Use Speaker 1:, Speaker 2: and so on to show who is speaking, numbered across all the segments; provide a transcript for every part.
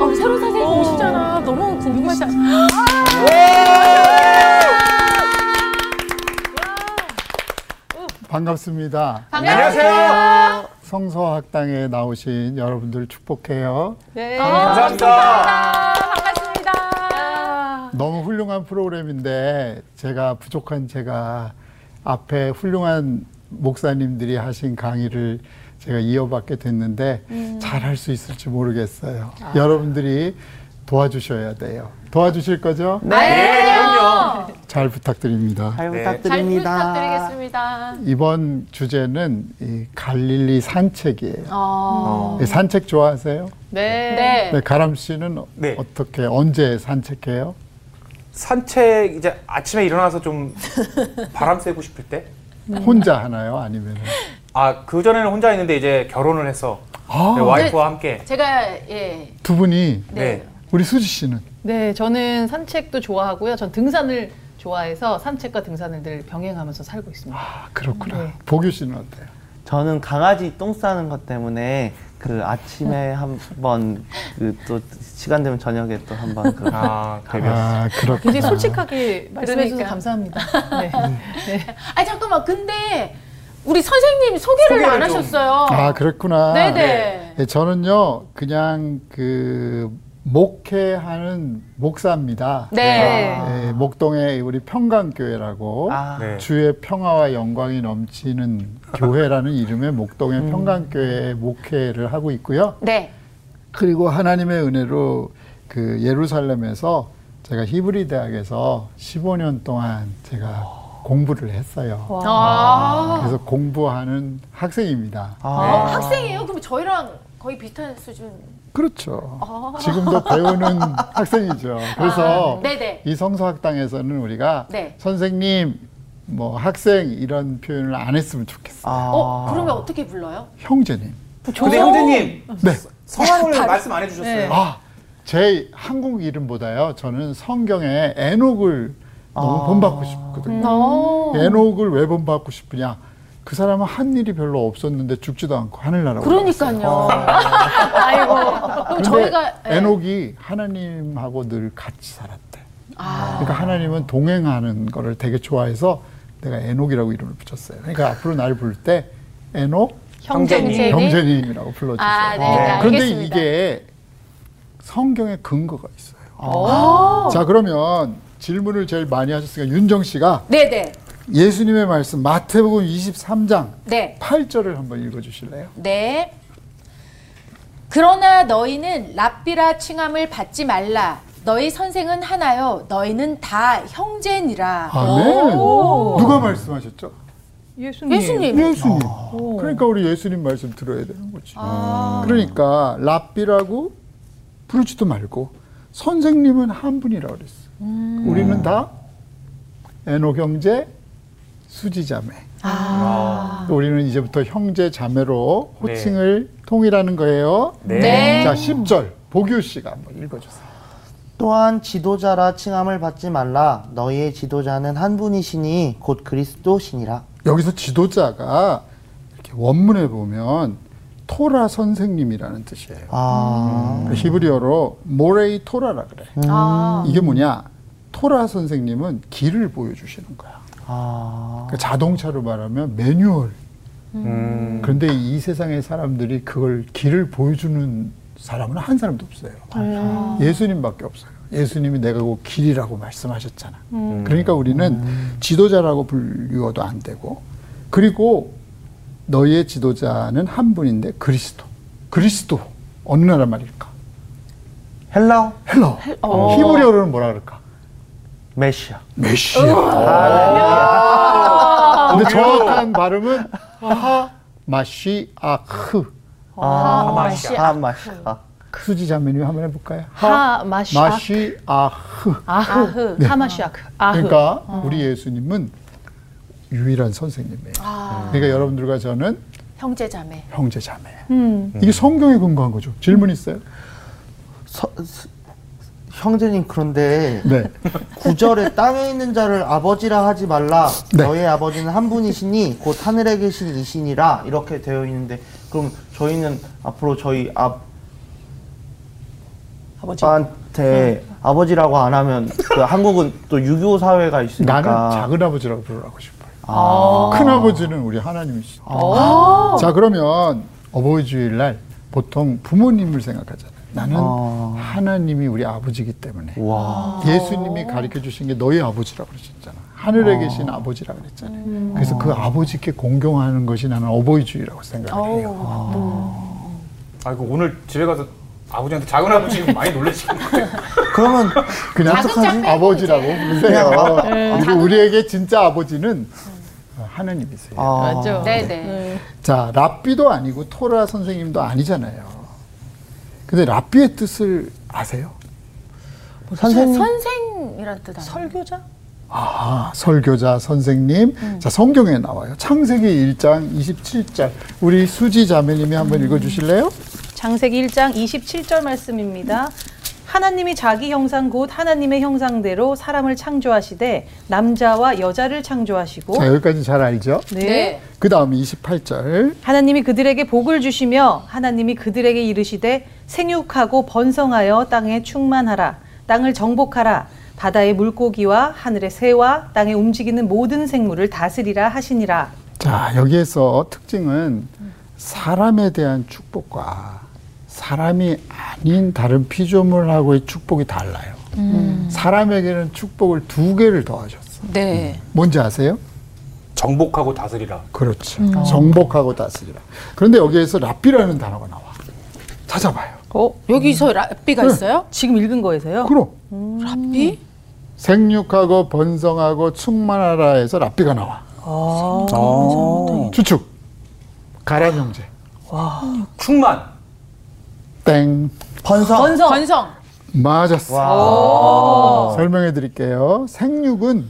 Speaker 1: 어, 우리 새로운 선생님 오시잖아. 너무 궁금하지 않아?
Speaker 2: 반갑습니다.
Speaker 3: 안녕하세요.
Speaker 2: 성서학당에 나오신 여러분들 축복해요.
Speaker 4: 네.
Speaker 3: 감사합니다.
Speaker 1: 아, 반갑습니다.
Speaker 2: 너무 훌륭한 프로그램인데 제가 부족한 제가 앞에 훌륭한 목사님들이 하신 강의를 제가 이어받게 됐는데
Speaker 3: 음.
Speaker 2: 잘 할 수 있을지 모르겠어요.
Speaker 3: 아.
Speaker 2: 여러분들이 도와주셔야 돼요. 도와주실 거죠?
Speaker 3: 네, 그럼요.
Speaker 2: 잘 부탁드립니다.
Speaker 4: 잘
Speaker 3: 네.
Speaker 1: 잘
Speaker 4: 부탁드립니다.
Speaker 1: 부탁드리겠습니다.
Speaker 2: 이번 주제는 이 갈릴리 산책이에요.
Speaker 3: 아.
Speaker 4: 어.
Speaker 2: 이 산책 좋아하세요?
Speaker 4: 네.
Speaker 1: 네.
Speaker 2: 네, 가람 씨는
Speaker 3: 네.
Speaker 2: 어떻게 언제 산책해요?
Speaker 3: 산책 이제 아침에 일어나서 좀 바람 쐬고 싶을 때.
Speaker 2: 혼자 하나요? 아니면
Speaker 3: 아, 그 전에는 혼자 있는데 이제 결혼을 해서
Speaker 2: 아.
Speaker 3: 네, 와이프와 함께.
Speaker 1: 제가, 예.
Speaker 2: 두 분이
Speaker 3: 네.
Speaker 2: 우리 수지 씨는
Speaker 4: 네, 저는 산책도 좋아하고요. 전 등산을 좋아해서 산책과 등산을 늘 병행하면서 살고 있습니다.
Speaker 2: 아 그렇구나. 보규 씨는 어때요?
Speaker 5: 저는 강아지 똥 싸는 것 때문에 그 아침에 한번 그또 시간 되면 저녁에 또 한번 그
Speaker 3: 아, 그래요.
Speaker 2: 아 그렇구나.
Speaker 4: 굉장히 솔직하게 말씀해 주셔서
Speaker 1: 그러니까요.
Speaker 4: 감사합니다. 네. 네.
Speaker 1: 아니, 잠깐만. 근데 우리 선생님 소개를,
Speaker 3: 소개를
Speaker 1: 안
Speaker 3: 좀.
Speaker 1: 하셨어요.
Speaker 2: 아 그렇구나.
Speaker 1: 네네.
Speaker 2: 예, 저는요 그냥 그 목회하는 목사입니다.
Speaker 1: 네.
Speaker 2: 예, 목동에 우리 평강교회라고
Speaker 5: 아,
Speaker 3: 네.
Speaker 2: 주의 평화와 영광이 넘치는 교회라는 이름의 목동의 평강교회 목회를 하고 있고요.
Speaker 1: 네.
Speaker 2: 그리고 하나님의 은혜로 그 예루살렘에서 제가 히브리 대학에서 15년 동안 제가 공부를 했어요.
Speaker 4: 와.
Speaker 1: 아.
Speaker 2: 그래서 공부하는 학생입니다.
Speaker 1: 어,
Speaker 5: 아,
Speaker 1: 학생이에요? 그럼 저희랑 거의 비슷한 수준.
Speaker 2: 그렇죠. 지금도 배우는 학생이죠. 그래서
Speaker 1: 아, 네네.
Speaker 2: 이 성서학당에서는 우리가
Speaker 1: 네.
Speaker 2: 선생님, 뭐 학생 이런 표현을 안 했으면 좋겠어요.
Speaker 5: 아.
Speaker 1: 어, 그러면 어떻게 불러요?
Speaker 2: 형제님.
Speaker 1: 네.
Speaker 3: 근데 형제님
Speaker 2: 네.
Speaker 3: 성함을 말씀 안 해주셨어요.
Speaker 4: 네.
Speaker 2: 아, 제 한국 이름보다요. 저는 성경에 에녹을 너무
Speaker 5: 아.
Speaker 2: 본받고 싶거든요.
Speaker 1: 어.
Speaker 2: 에녹을 왜 본받고 싶으냐? 그 사람은 한 일이 별로 없었는데 죽지도 않고 하늘나라로.
Speaker 1: 그러니까요. 아이고. 그럼
Speaker 2: 갔어요.
Speaker 1: 저희가 예.
Speaker 2: 근데 에녹이 하나님하고 늘 같이 살았대.
Speaker 1: 아,
Speaker 2: 그러니까 하나님은 동행하는 거를 되게 좋아해서 내가 에녹이라고 이름을 붙였어요. 그러니까 앞으로 날 부를 때 에녹
Speaker 3: 형제님.
Speaker 1: 형제님.
Speaker 2: 형제님이라고 불러주세요.
Speaker 1: 네. 아,
Speaker 2: 어.
Speaker 1: 네,
Speaker 3: 네,
Speaker 2: 그런데
Speaker 1: 알겠습니다.
Speaker 2: 이게 성경에 근거가 있어요. 아.
Speaker 1: 오.
Speaker 2: 자 그러면 질문을 제일 많이 하셨으니까 윤정 씨가
Speaker 1: 네네.
Speaker 2: 예수님의 말씀 마태복음 23장
Speaker 1: 네.
Speaker 2: 8절을 한번 읽어주실래요?
Speaker 1: 네. 그러나 너희는 랍비라 칭함을 받지 말라. 너희 선생은 하나요. 너희는 다 형제니라.
Speaker 2: 아멘. 누가 말씀하셨죠?
Speaker 4: 예수님.
Speaker 1: 예수님.
Speaker 2: 예수님. 그러니까 우리 예수님 말씀 들어야 되는 거지. 그러니까 랍비라고 부르지도 말고 선생님은 한 분이라고 그랬어. 우리는 다 에녹 형제 수지 자매.
Speaker 3: 아.
Speaker 2: 또 우리는 이제부터 형제 자매로
Speaker 3: 네.
Speaker 2: 호칭을 통일하는 거예요.
Speaker 3: 네.
Speaker 1: 네.
Speaker 2: 자, 10절 보규 씨가 한번 읽어주세요.
Speaker 5: 또한 지도자라 칭함을 받지 말라 너희의 지도자는 한 분이시니 곧 그리스도시니라
Speaker 2: 여기서 지도자가 이렇게 원문에 보면 토라 선생님이라는 뜻이에요. 음. 그러니까
Speaker 5: 아,
Speaker 2: 히브리어로 모레이 토라라 그래.
Speaker 1: 아.
Speaker 2: 이게 뭐냐? 토라 선생님은 길을 보여주시는 거야.
Speaker 5: 아
Speaker 2: 그러니까 자동차로 말하면 매뉴얼.
Speaker 3: 음.
Speaker 2: 그런데 이 세상의 사람들이 그걸 길을 보여주는 사람은 한 사람도 없어요.
Speaker 5: 음.
Speaker 4: 음.
Speaker 2: 아. 예수님밖에 없어요. 예수님이 내가 곧 길이라고 말씀하셨잖아. 그러니까 우리는 지도자라고 불리워도 안 되고, 그리고 너희의 지도자는 한 분인데 그리스도. 그리스도 어느 나라 말일까?
Speaker 5: 헬라우
Speaker 2: 헬러. 히브리어로는 뭐라 그럴까?
Speaker 5: 메시아
Speaker 2: 메시아. 아, 근데 정확한 발음은 하 마시아흐.
Speaker 3: 하마시아.
Speaker 5: 아 마시아
Speaker 2: 수지 자매님 한번 해볼까요?
Speaker 4: 하 마시아.
Speaker 2: 마시아흐.
Speaker 4: 아흐. 하마시아크. 아흐. 어.
Speaker 2: 그러니까 우리 예수님은 유일한 선생님이에요.
Speaker 4: 아.
Speaker 2: 그러니까 여러분들과 저는
Speaker 1: 형제 자매.
Speaker 2: 형제 자매예요.
Speaker 4: 음.
Speaker 5: 음.
Speaker 2: 이게 성경에 근거한 거죠. 질문 있어요?
Speaker 5: 서- 스- 형제님 그런데
Speaker 2: 네.
Speaker 5: 구절에 땅에 있는 자를 아버지라 하지 말라.
Speaker 2: 네.
Speaker 5: 너의 아버지는 한 분이시니 곧 하늘에 계신 이신이라 이렇게 되어 있는데 그럼 저희는 앞으로 저희 아,
Speaker 4: 아버지.
Speaker 5: 아빠한테 아버지라고 안 하면 그 한국은 또 유교 사회가 있으니까
Speaker 2: 나는 작은 아버지라고 부르라고 싶어요.
Speaker 5: 아.
Speaker 2: 큰 아버지는 우리 하나님이시죠. 자 그러면 어버이 주일날 보통 부모님을 생각하잖아요. 나는
Speaker 5: 아.
Speaker 2: 하나님이 우리 아버지이기 때문에
Speaker 5: 와.
Speaker 2: 예수님이 가르쳐 주신 게 너희 아버지라고 그러셨잖아. 하늘에 계신 아버지라고 그랬잖아요. 그래서 그 아버지께 공경하는 것이 나는 어버이주의라고 생각을 해요.
Speaker 3: 아, 이거 오늘 집에 가서 아버지한테 작은 아버지 많이 놀라시겠네.
Speaker 5: 그러면 네.
Speaker 2: 그냥
Speaker 1: 작은 자 빼고
Speaker 2: 아버지라고
Speaker 1: 이제.
Speaker 2: 부르세요. 그리고 우리에게 진짜 아버지는 하나님이세요.
Speaker 5: 아.
Speaker 4: 맞죠.
Speaker 1: 네네.
Speaker 2: 자, 랍비도 아니고 토라 선생님도 아니잖아요. 근데 랍비의 뜻을 아세요?
Speaker 5: 선생님
Speaker 1: 선생이란 뜻 아니에요?
Speaker 4: 설교자?
Speaker 2: 아, 설교자 선생님. 자, 성경에 나와요. 창세기 1장 27절. 우리 수지 자매님이 한번 읽어 주실래요?
Speaker 4: 장세기 1장 27절 말씀입니다. 하나님이 자기 형상 곧 하나님의 형상대로 사람을 창조하시되 남자와 여자를 창조하시고
Speaker 2: 자, 여기까지 잘 알죠?
Speaker 4: 네.
Speaker 2: 그 다음에 28절.
Speaker 4: 하나님이 그들에게 복을 주시며 하나님이 그들에게 이르시되 생육하고 번성하여 땅에 충만하라 땅을 정복하라 바다의 물고기와 하늘의 새와 땅에 움직이는 모든 생물을 다스리라 하시니라
Speaker 2: 자, 여기에서 특징은 사람에 대한 축복과 사람이 아닌 다른 피조물하고의 축복이 달라요. 사람에게는 축복을 두 개를 더하셨어.
Speaker 1: 네.
Speaker 2: 뭔지 아세요?
Speaker 3: 정복하고 다스리라.
Speaker 2: 그렇죠. 정복하고 다스리라. 그런데 여기에서 랍비라는 단어가 나와. 찾아봐요.
Speaker 4: 어?
Speaker 1: 여기서 랍비가 있어요?
Speaker 4: 지금 읽은 거에서요?
Speaker 2: 그럼
Speaker 1: 랍비?
Speaker 2: 생육하고 번성하고 충만하라에서 랍비가 나와.
Speaker 3: 어,
Speaker 2: 추측. 가란 형제.
Speaker 3: 충만.
Speaker 2: 땡.
Speaker 5: 번성
Speaker 4: 번성
Speaker 1: 건성.
Speaker 2: 맞았어.
Speaker 1: 어.
Speaker 5: 와.
Speaker 2: 설명해 드릴게요. 생육은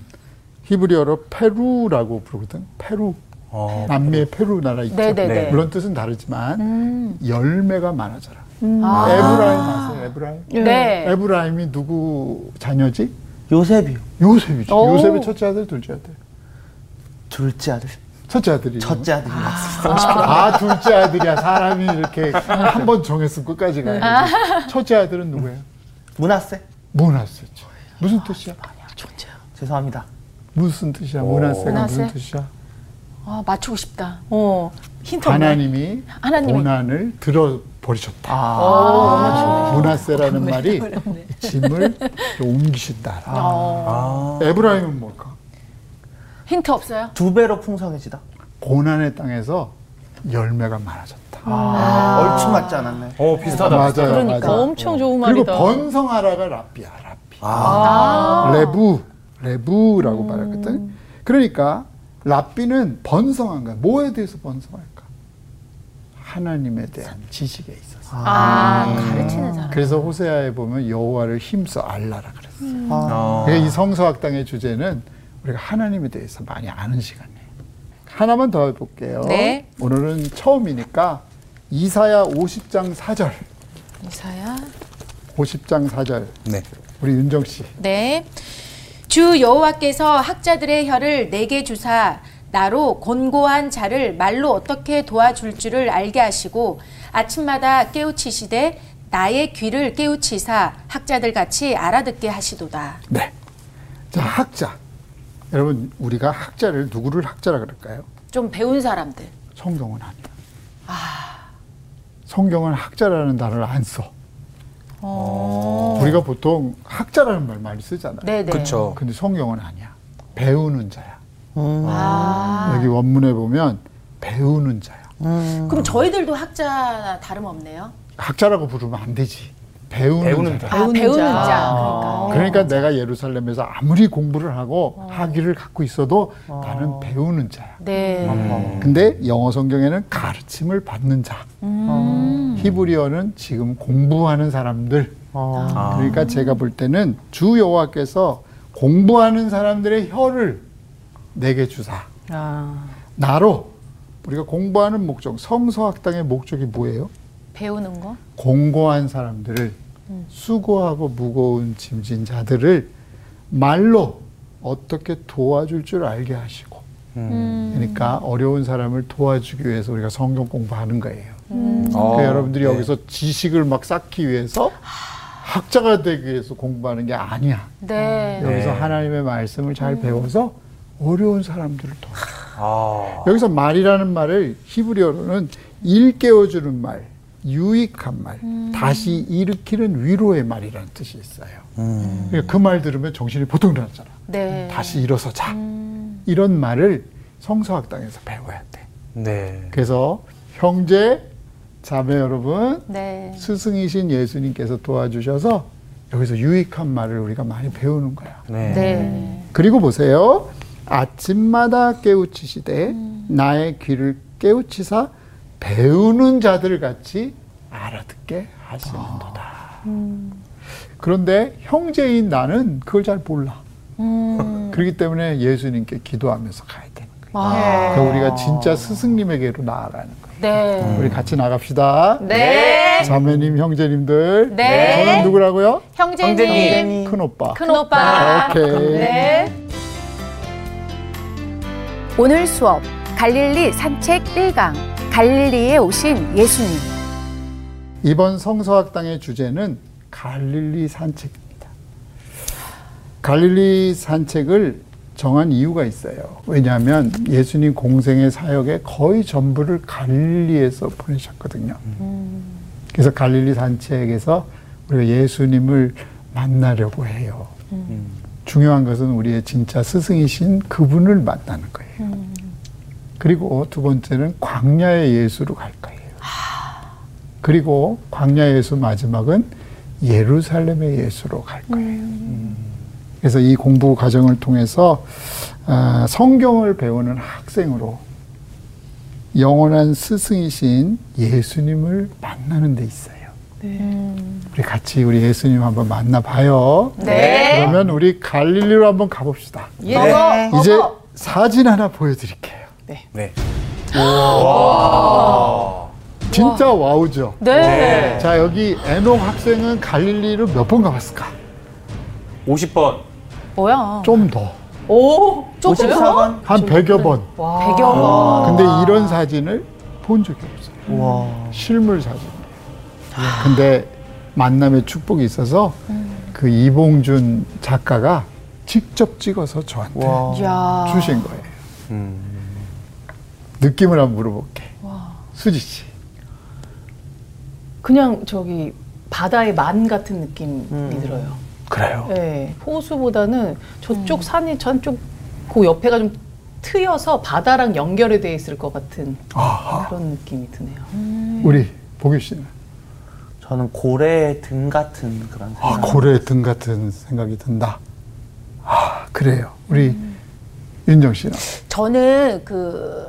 Speaker 2: 히브리어로 페루라고 부르거든. 페루.
Speaker 3: 어.
Speaker 2: 남미의 페루 나라 있죠.
Speaker 1: 네네네. 음.
Speaker 3: 네.
Speaker 2: 물론 뜻은 다르지만 열매가 많아져라.
Speaker 1: 아.
Speaker 2: 에브라임 아세요? 에브라임?
Speaker 1: 네.
Speaker 2: 에브라임이 누구 자녀지?
Speaker 5: 요셉이
Speaker 2: 요셉이죠.
Speaker 4: 오.
Speaker 2: 요셉이 첫째 아들, 둘째 아들.
Speaker 5: 둘째 아들
Speaker 2: 첫째 아들이.
Speaker 5: 첫째 아들이 아.
Speaker 2: 아, 둘째 아들이야. 사람이 이렇게 한 번 정했으면 끝까지 가야
Speaker 1: 아.
Speaker 2: 돼. 첫째 아들은 누구예요?
Speaker 5: 문화세
Speaker 2: 문하세죠. 무슨 뜻이야?
Speaker 5: 죄송합니다
Speaker 2: 무슨 뜻이야?
Speaker 3: 오.
Speaker 2: 문하세가
Speaker 1: 문하세?
Speaker 2: 무슨 뜻이야?
Speaker 1: 아, 맞추고 싶다.
Speaker 4: 어. 힌트 없네.
Speaker 2: 하나님이
Speaker 1: 하나님이.
Speaker 2: 고난을 들어버리셨다.
Speaker 5: 아.
Speaker 2: 문하세라는 말이 짐을 옮기신다.
Speaker 1: 아.
Speaker 3: 아.
Speaker 2: 에브라임은 뭘까?
Speaker 1: 힌트 없어요?
Speaker 5: 두 배로 풍성해지다
Speaker 2: 고난의 땅에서 열매가 많아졌다.
Speaker 5: 얼추 맞지 않았나요?
Speaker 3: 어, 비슷하다.
Speaker 2: 맞아요.
Speaker 1: 그러니까.
Speaker 2: 맞아요.
Speaker 4: 엄청 좋은
Speaker 2: 그리고
Speaker 4: 말이다
Speaker 2: 번성하라가 아, 라삐야, 라삐. 아,
Speaker 4: 아.
Speaker 2: 레부,
Speaker 4: 음.
Speaker 2: 레부라고 말하거든. 그러니까 라삐는 번성한 거야. 뭐에 대해서 번성할까? 하나님에 대한 지식에 있어서.
Speaker 1: 아,
Speaker 4: 음.
Speaker 1: 가르치는 사람.
Speaker 2: 그래서 호세아에 보면 여호와를 힘써 알라라 그랬어요.
Speaker 4: 음.
Speaker 3: 어.
Speaker 2: 그러니까 이 성서학당의 주제는 우리가 하나님에 대해서 많이 아는 시간이에요. 하나만 더 해볼게요.
Speaker 1: 네.
Speaker 2: 오늘은 처음이니까 이사야 50장 4절,
Speaker 1: 이사야.
Speaker 2: 50장 4절.
Speaker 3: 네.
Speaker 2: 우리 윤정 씨.
Speaker 1: 네. 주 여호와께서 학자들의 혀를 내게 주사 나로 곤고한 자를 말로 어떻게 도와줄 줄을 알게 하시고 아침마다 깨우치시되 나의 귀를 깨우치사 학자들 같이 알아듣게 하시도다.
Speaker 2: 네. 자, 학자. 여러분, 우리가 학자를 누구를 학자라 그럴까요?
Speaker 1: 좀 배운 사람들.
Speaker 2: 성경은 아니다. 성경은 학자라는 단어를 안 써. 우리가 보통 학자라는 말 많이 쓰잖아요.
Speaker 1: 네, 네.
Speaker 3: 그쵸.
Speaker 2: 근데 성경은 아니야. 배우는 자야.
Speaker 1: 아.
Speaker 2: 여기 원문에 보면 배우는 자야.
Speaker 3: 네.
Speaker 1: 그럼 저희들도 학자나 다름없네요.
Speaker 2: 학자라고 부르면 안 되지. 배우는,
Speaker 3: 배우는
Speaker 2: 자야.
Speaker 3: 자.
Speaker 1: 아,
Speaker 4: 배우는
Speaker 1: 배우는 자.
Speaker 4: 자.
Speaker 1: 그러니까.
Speaker 2: 그러니까 내가 예루살렘에서 아무리 공부를 하고 학위를 갖고 어. 있어도 나는 배우는 자야.
Speaker 1: 네.
Speaker 3: 음.
Speaker 2: 근데 영어 성경에는 가르침을 받는 자. 히브리어는 지금 공부하는 사람들.
Speaker 6: 아.
Speaker 5: 어.
Speaker 2: 그러니까 제가 볼 때는 주 여호와께서 공부하는 사람들의 혀를 내게 주사.
Speaker 4: 아.
Speaker 2: 나로 우리가 공부하는 목적, 성서학당의 목적이 뭐예요?
Speaker 1: 배우는 거?
Speaker 2: 공고한 사람들을 수고하고 무거운 짐진 자들을 말로 어떻게 도와줄 줄 알게 하시고
Speaker 3: 음.
Speaker 2: 그러니까 어려운 사람을 도와주기 위해서 우리가 성경 공부하는 거예요.
Speaker 3: 어.
Speaker 2: 그러니까 그 여러분들이
Speaker 3: 네.
Speaker 2: 여기서 지식을 막 쌓기 위해서 학자가 되기 위해서 공부하는 게 아니야.
Speaker 1: 네.
Speaker 2: 여기서
Speaker 3: 네.
Speaker 2: 하나님의 말씀을 잘 배워서 어려운 사람들을 도와.
Speaker 3: 아.
Speaker 2: 여기서 말이라는 말을 히브리어로는 일깨워주는 말, 유익한 말, 다시 일으키는 위로의 말이라는 뜻이 있어요.
Speaker 3: 음.
Speaker 2: 그러니까 그 말 들으면 정신이 보통 일어났잖아.
Speaker 1: 네.
Speaker 2: 다시 일어서자. 이런 말을 성서학당에서 배워야 돼.
Speaker 3: 네.
Speaker 2: 그래서 형제, 자매 여러분,
Speaker 1: 네.
Speaker 2: 스승이신 예수님께서 도와주셔서 여기서 유익한 말을 우리가 많이 배우는 거야.
Speaker 3: 네.
Speaker 1: 네.
Speaker 2: 그리고 보세요. 아침마다 깨우치시되
Speaker 1: 음.
Speaker 2: 나의 귀를 깨우치사 배우는 자들 같이 알아듣게 하시는도다.
Speaker 1: 음.
Speaker 2: 그런데 형제인 나는 그걸 잘 몰라.
Speaker 1: 음.
Speaker 2: 그렇기 때문에 예수님께 기도하면서 가야 되는 거예요.
Speaker 1: 아.
Speaker 2: 그러니까 우리가 진짜 스승님에게로 나아가는 거예요.
Speaker 1: 네.
Speaker 2: 우리 같이 나갑시다.
Speaker 1: 네.
Speaker 2: 자매님, 형제님들.
Speaker 1: 네.
Speaker 2: 저는 누구라고요?
Speaker 1: 형제님.
Speaker 3: 형제님.
Speaker 2: 큰 오빠.
Speaker 1: 큰 오빠.
Speaker 2: 아, 오케이.
Speaker 1: 네.
Speaker 7: 오늘 수업 갈릴리 산책 1강 갈릴리에 오신 예수님
Speaker 2: 이번 성서학당의 주제는 갈릴리 산책입니다. 갈릴리 산책을 정한 이유가 있어요. 왜냐하면 예수님 공생의 사역의 거의 전부를 갈릴리에서 보내셨거든요. 그래서 갈릴리 산책에서 우리가 예수님을 만나려고 해요. 중요한 것은 우리의 진짜 스승이신 그분을 만나는 거예요. 그리고 두 번째는 광야의 예수로 갈 거예요. 그리고 광야 예수 마지막은 예루살렘의 예수로 갈 거예요. 음. 그래서 이 공부 과정을 통해서 아, 성경을 배우는 학생으로 영원한 스승이신 예수님을 만나는 데 있어요. 우리 같이 우리 예수님 한번 만나봐요.
Speaker 1: 네.
Speaker 2: 그러면 우리 갈릴리로 한번 가봅시다.
Speaker 4: 예.
Speaker 3: 네.
Speaker 2: 이제 사진 하나 보여드릴게요.
Speaker 3: 네.
Speaker 2: 진짜 와우죠.
Speaker 1: 네.
Speaker 2: 자 여기 에녹 학생은 갈릴리를 몇 번 가봤을까?
Speaker 3: 50번.
Speaker 1: 뭐야?
Speaker 2: 좀 더.
Speaker 4: 오, 조금
Speaker 5: 54번?
Speaker 2: 한 100여 번.
Speaker 1: 배경.
Speaker 2: 근데 이런 사진을 본 적이 없어요.
Speaker 5: 와.
Speaker 2: 실물 사진이에요. 근데 만남의 축복이 있어서 그 이봉준 작가가 직접 찍어서 저한테
Speaker 5: 와.
Speaker 1: 이야.
Speaker 2: 주신 거예요. 느낌을 한번 물어볼게. 수지 씨.
Speaker 4: 그냥 저기 바다의 만 같은 느낌이 들어요.
Speaker 3: 그래요.
Speaker 4: 네, 호수보다는 저쪽 산이 저쪽 그 옆에가 좀 트여서 바다랑 연결이 돼 있을 것 같은 그런 느낌이 드네요.
Speaker 2: 우리 보규 씨는?
Speaker 5: 저는 고래 등 같은 그런
Speaker 2: 아,
Speaker 5: 생각.
Speaker 2: 고래 등 같은 생각이 든다. 아, 그래요. 우리
Speaker 1: 음.
Speaker 2: 윤정 씨는?
Speaker 1: 저는 그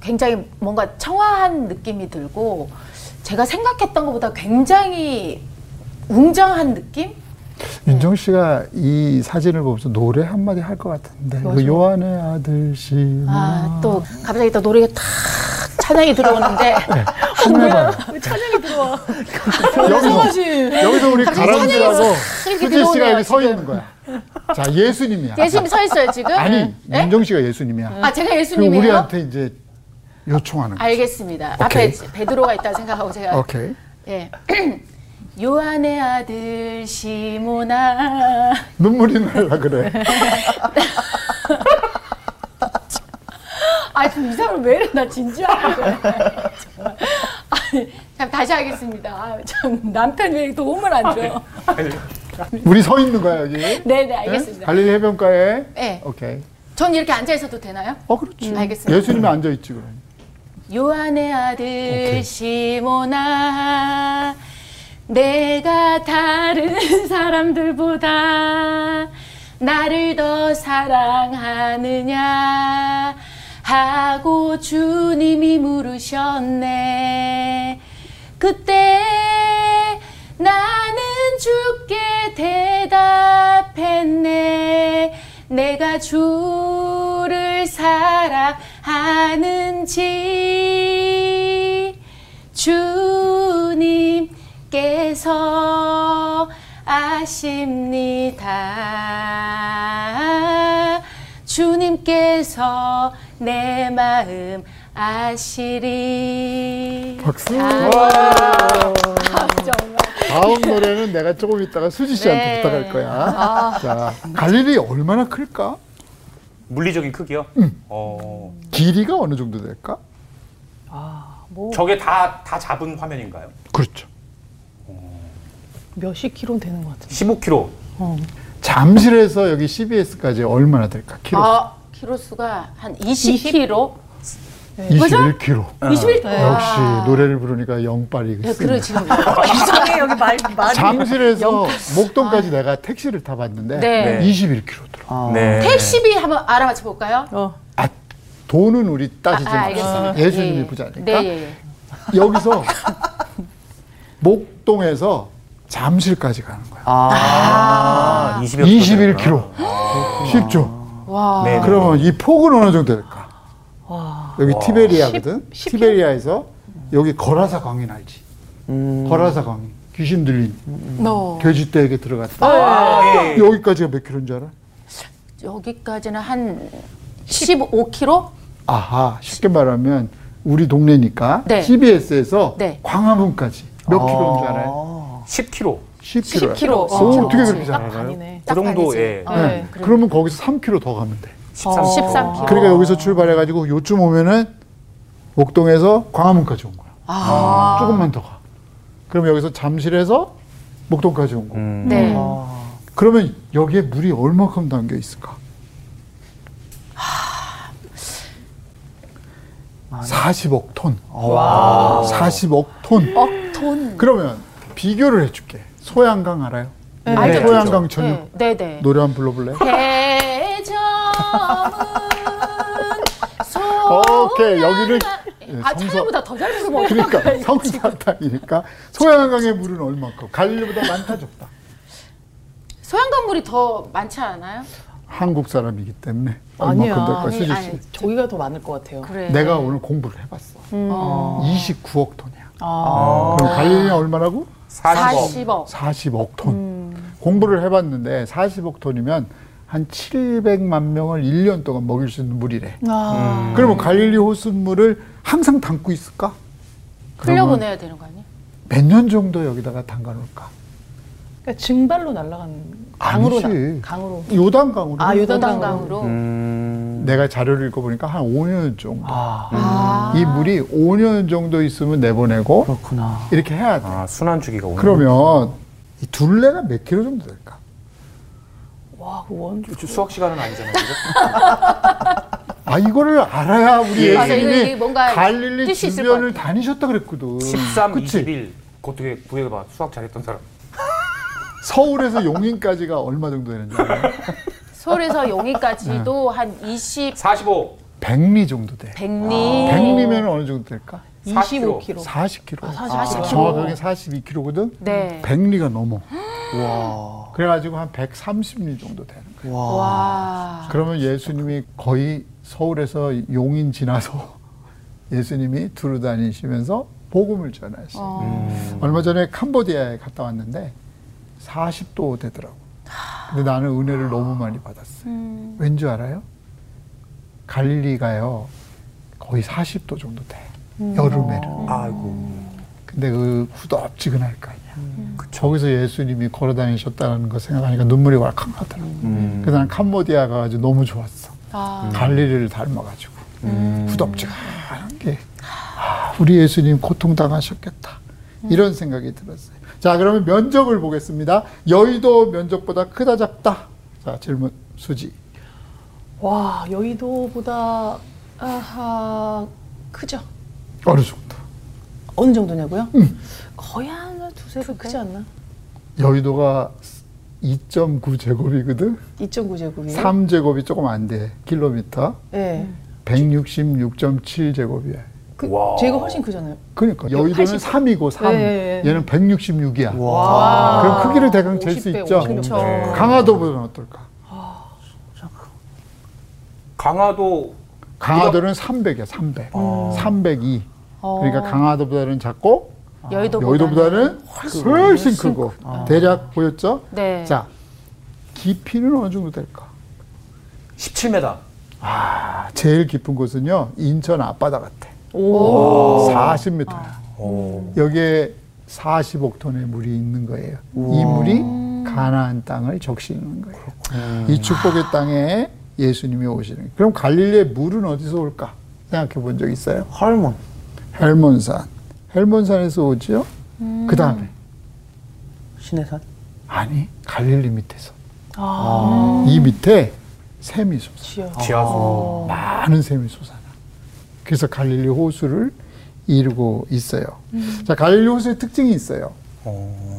Speaker 1: 굉장히 뭔가 청아한 느낌이 들고 제가 생각했던 것보다 굉장히 웅장한 느낌?
Speaker 2: 윤정 씨가 이 사진을 보면서 노래 한마디 할 것 같은데 그 요한의 아들 시
Speaker 1: 아
Speaker 2: 음.
Speaker 1: 또 갑자기 또 노래가 탁 찬양이 들어오는데
Speaker 2: 네, 한번 해봐요 찬양이 들어와 여기서, 여기서 우리 가라앉으라고
Speaker 1: 이렇게
Speaker 2: 수지 씨가
Speaker 1: 들어오네요,
Speaker 2: 여기 서
Speaker 1: 지금.
Speaker 2: 있는 거야 자 예수님이야
Speaker 1: 예수님 서 있어요 지금?
Speaker 2: 아니
Speaker 1: 예?
Speaker 2: 윤정 씨가 예수님이야
Speaker 1: 아 제가
Speaker 2: 그럼
Speaker 1: 예수님이에요?
Speaker 2: 우리한테 이제 요청하는 거야
Speaker 1: 알겠습니다.
Speaker 2: 오케이. 어.
Speaker 1: 앞에 베드로가 있다 생각하고 제가
Speaker 2: 오케이
Speaker 1: 예. 요한의 아들 시모나
Speaker 2: 눈물이 날라 그래
Speaker 1: 아, 지금 이 사람 왜 이래? 나 진지하게. 정말. 아니, 참, 다시 하겠습니다. 아, 참, 남편 왜 도움을 안 줘?
Speaker 2: 우리 서 있는 거야 여기
Speaker 1: 네네,
Speaker 2: 아, 네?
Speaker 1: 알겠습니다.
Speaker 2: 갈릴리 해변가에
Speaker 1: 네.
Speaker 2: 오케이
Speaker 1: 전 이렇게 앉아있어도 되나요?
Speaker 2: 어 그렇지
Speaker 1: 음, 알겠습니다.
Speaker 2: 예수님이 앉아 있지 그럼
Speaker 1: 요한의 아들 시모나 내가 다른 사람들보다 나를 더 사랑하느냐 하고 주님이 물으셨네 그때 나는 주께 대답했네 내가 주를 사랑하는지 주님께서 아십니다. 주님께서 내 마음 아시리.
Speaker 2: 박수
Speaker 1: 아,
Speaker 2: 와.
Speaker 1: 정말.
Speaker 2: 다음 노래는 내가 조금 있다가 수지 씨한테
Speaker 1: 네. 아.
Speaker 2: 부탁할 거야. 자, 갈릴리 얼마나 클까?
Speaker 3: 물리적인 크기요? 어.
Speaker 2: 길이가 어느 정도 될까?
Speaker 3: 저게 다, 다 잡은 화면인가요?
Speaker 2: 그렇죠.
Speaker 4: 몇십 킬로 되는 것 같은데.
Speaker 3: 15kg.
Speaker 2: 잠실에서 여기 CBS까지 얼마나 될까? 키로.
Speaker 1: 아, 키로수가 한 20kg?
Speaker 2: 21kg.
Speaker 1: 21kg.
Speaker 2: 아, 역시 노래를 부르니까 영빨이
Speaker 1: 네,
Speaker 2: 있습니다.
Speaker 1: 아. 그래 지금
Speaker 4: 아, 이상해 여기 말 말이.
Speaker 2: 잠실에서 목동까지 내가 택시를 타봤는데
Speaker 1: 아. 네.
Speaker 3: 네.
Speaker 2: 21km 들어.
Speaker 5: 아,
Speaker 3: 네.
Speaker 1: 택시비 한번 알아맞혀 볼까요?
Speaker 4: 어.
Speaker 2: 아, 돈은 우리 따지지
Speaker 1: 아, 아,
Speaker 2: 마.
Speaker 1: 알겠습니다.
Speaker 2: 예수님이
Speaker 1: 예.
Speaker 2: 부자니까.
Speaker 1: 네, 예, 예.
Speaker 2: 여기서 목동에서 잠실까지 가는 거야.
Speaker 5: 아,
Speaker 3: 21kg.
Speaker 2: 21km. 쉽죠?
Speaker 1: 와.
Speaker 3: 네.
Speaker 2: 그러면 이 폭은 어느 정도 될까?
Speaker 4: 와.
Speaker 2: 여기 티베리아거든.
Speaker 4: 십- 십
Speaker 2: 티베리아에서 여기 거라사 광인 알지?
Speaker 5: 음,
Speaker 2: 거라사 광인. 귀신 들린
Speaker 1: 너
Speaker 2: 돼지떼에게 들어갔다.
Speaker 3: 아, 예. 예.
Speaker 2: 여기까지가 몇 킬로인 줄 알아?
Speaker 1: 여기까지는 한 15kg?
Speaker 2: 아하, 쉽게 말하면 우리 동네니까
Speaker 1: 네.
Speaker 2: CBS에서
Speaker 1: 네.
Speaker 2: 광화문까지 몇 킬로인 줄 알아요?
Speaker 3: 10kg.
Speaker 2: 10킬로.
Speaker 1: 10km.
Speaker 2: 어떻게 그렇게 잘
Speaker 4: 딱
Speaker 2: 알아요?
Speaker 4: 반이네.
Speaker 3: 그 정도, 예.
Speaker 1: 어,
Speaker 2: 네.
Speaker 1: 그래.
Speaker 2: 그러면 거기서 3km 더 가면 돼.
Speaker 3: 13kg.
Speaker 1: 13kg.
Speaker 2: 그러니까 여기서 출발해가지고 요쯤 오면은 목동에서 광화문까지 온 거야.
Speaker 1: 아.
Speaker 2: 조금만 더 가. 그럼 여기서 잠실에서 목동까지 온 거야.
Speaker 3: 음.
Speaker 1: 네.
Speaker 2: 그러면 여기에 물이 얼마큼 담겨 있을까? 40억 톤. 40억 톤.
Speaker 1: 어. 억톤.
Speaker 2: 그러면 비교를 해줄게. 소양강 알아요?
Speaker 1: 네. 알죠.
Speaker 2: 소양강 전유.
Speaker 1: 네, 네.
Speaker 2: 노래 한 번 불러볼래?
Speaker 1: 대점은
Speaker 2: 오케이, 여기는 예,
Speaker 1: 아
Speaker 2: 성서-
Speaker 1: 차라보다 더 잘 부르면
Speaker 2: 그러니까 성산탕이니까 소양강의 물은 얼마큼? 갈릴리보다 많다 적다.
Speaker 1: 소양강 물이 더 많지 않아요?
Speaker 2: 한국 사람이기 때문에
Speaker 4: 아니야.
Speaker 2: 얼마큼 될까?
Speaker 4: 아니,
Speaker 2: 수지
Speaker 1: 아니, 네.
Speaker 2: 씨.
Speaker 4: 저기가 더 많을 것 같아요.
Speaker 1: 그래.
Speaker 2: 내가 오늘 공부를 해봤어. 29억 톤이야.
Speaker 3: 아.
Speaker 2: 그럼 갈릴리는 얼마라고?
Speaker 1: 40억.
Speaker 3: 40억.
Speaker 2: 40억 톤. 공부를 해봤는데 40억 톤이면 한 700만 명을 1년 동안 먹일 수 있는 물이래.
Speaker 4: 아.
Speaker 2: 그러면 갈릴리 호수물을 항상 담고 있을까?
Speaker 1: 흘려보내야 되는 거 아니에요?
Speaker 2: 몇년 정도 여기다가 담가 놓을까?
Speaker 4: 그러니까 증발로 날아가는 강으로
Speaker 2: 아니지.
Speaker 4: 나, 강으로.
Speaker 2: 요단강으로.
Speaker 4: 아, 요단-
Speaker 1: 요단강으로.
Speaker 5: 음,
Speaker 2: 내가 자료를 읽어보니까 한 5년
Speaker 6: 음.
Speaker 2: 정도.
Speaker 1: 아.
Speaker 2: 이 물이 5년 정도 있으면 내보내고
Speaker 5: 그렇구나.
Speaker 2: 이렇게 해야 돼.
Speaker 3: 아, 순환 주기가 오는
Speaker 2: 그러면 이 둘레가 몇 킬로 정도 될까?
Speaker 4: 와, 그 원.
Speaker 3: 거죠. 수학 시간은 아니잖아요. 지금.
Speaker 2: 음. 아 이거를 알아야 우리
Speaker 1: 예. 맞아, 이거
Speaker 2: 예수님이
Speaker 1: 이게 뭔가
Speaker 2: 갈릴리
Speaker 1: 뜻이 있을
Speaker 2: 주변을
Speaker 1: 것
Speaker 2: 다니셨다 그랬거든.
Speaker 3: 13,
Speaker 2: 그치?
Speaker 3: 21. 그거 되게 구해봐. 수학 잘했던 사람.
Speaker 2: 서울에서 용인까지가 얼마 정도 되는지 알아요?
Speaker 1: 서울에서 용인까지도 한 20,
Speaker 3: 45.
Speaker 2: 백리 정도 돼.
Speaker 1: 백리.
Speaker 2: 아, 백리면 어느 정도 될까?
Speaker 4: 25kg.
Speaker 2: 40km.
Speaker 4: 아, 40kg.
Speaker 2: 정확하게 42km거든.
Speaker 1: 네.
Speaker 2: 100리가 넘어.
Speaker 5: 와,
Speaker 2: 그래가지고 한 130리 정도 되는 거야.
Speaker 5: 와.
Speaker 1: 와.
Speaker 2: 그러면 예수님이 거의 서울에서 용인 지나서 예수님이 두루 다니시면서 복음을 전하시고 얼마 전에 캄보디아에 갔다 왔는데 40도 되더라고. 근데 나는 은혜를 너무 많이 받았어요. 왠 줄 알아요? 갈릴리가요 거의 40도 정도 돼. 여름에는.
Speaker 3: 아이고.
Speaker 2: 근데 그 후덥지근할 거 아니야. 저기서 예수님이 걸어 다니셨다는 거 생각하니까 눈물이 왈칵 나더라고. 그래서 난 캄보디아 가가지고 너무 좋았어.
Speaker 1: 아.
Speaker 2: 갈릴리를 닮아가지고 후덥지근한 게 아, 우리 예수님 고통 당하셨겠다. 이런 생각이 들었어요. 자, 그러면 면적을 보겠습니다. 여의도 면적보다 크다 작다. 자, 질문 수지.
Speaker 4: 와, 여의도보다 아하 크죠.
Speaker 2: 어느 정도?
Speaker 4: 어느 정도냐고요?
Speaker 2: 음.
Speaker 4: 거의 한 두세 배 크지 않나?
Speaker 2: 여의도가 2.9 제곱이거든.
Speaker 4: 2.9 제곱이.
Speaker 2: 3 제곱이 조금 안 돼. 킬로미터.
Speaker 4: 예.
Speaker 2: 166.7 제곱이야.
Speaker 4: 그
Speaker 3: 와.
Speaker 4: 제가 훨씬 크잖아요.
Speaker 2: 그러니까 여의도는
Speaker 4: 80.
Speaker 2: 3이고 3.
Speaker 4: 예, 예, 예.
Speaker 2: 얘는 166이야.
Speaker 5: 와.
Speaker 2: 그럼 크기를 대강 잴 수
Speaker 4: 50배,
Speaker 2: 있죠.
Speaker 4: 50배.
Speaker 3: 네.
Speaker 2: 강화도보다는 어떨까?
Speaker 3: 강화도
Speaker 2: 강화도는 300이야. 300. 302.
Speaker 1: 어.
Speaker 2: 그러니까 강화도보다는 작고
Speaker 1: 아, 여의도보다는,
Speaker 2: 여의도보다는 훨씬, 크고 대략 보였죠?
Speaker 1: 네.
Speaker 2: 자, 깊이는 어느 정도 될까?
Speaker 3: 17m.
Speaker 2: 아, 제일 깊은 곳은요 인천 앞바다 같아. 40m야. 여기에 40억 톤의 물이 있는 거예요. 이 물이 가나안 땅을 적시는 거예요. 이 축복의 땅에 예수님이 오시는. 거예요. 그럼 갈릴리의 물은 어디서 올까? 생각해 본 적 있어요?
Speaker 5: 헐몬.
Speaker 2: 헬몬산. 헬몬산에서 오지요? 그 다음에
Speaker 5: 신해산?
Speaker 2: 아니 갈릴리 밑에서 이 밑에 샘이 솟아
Speaker 3: 지하수.
Speaker 2: 많은 샘이 솟아나 그래서 갈릴리 호수를 이루고 있어요 자 갈릴리 호수의 특징이 있어요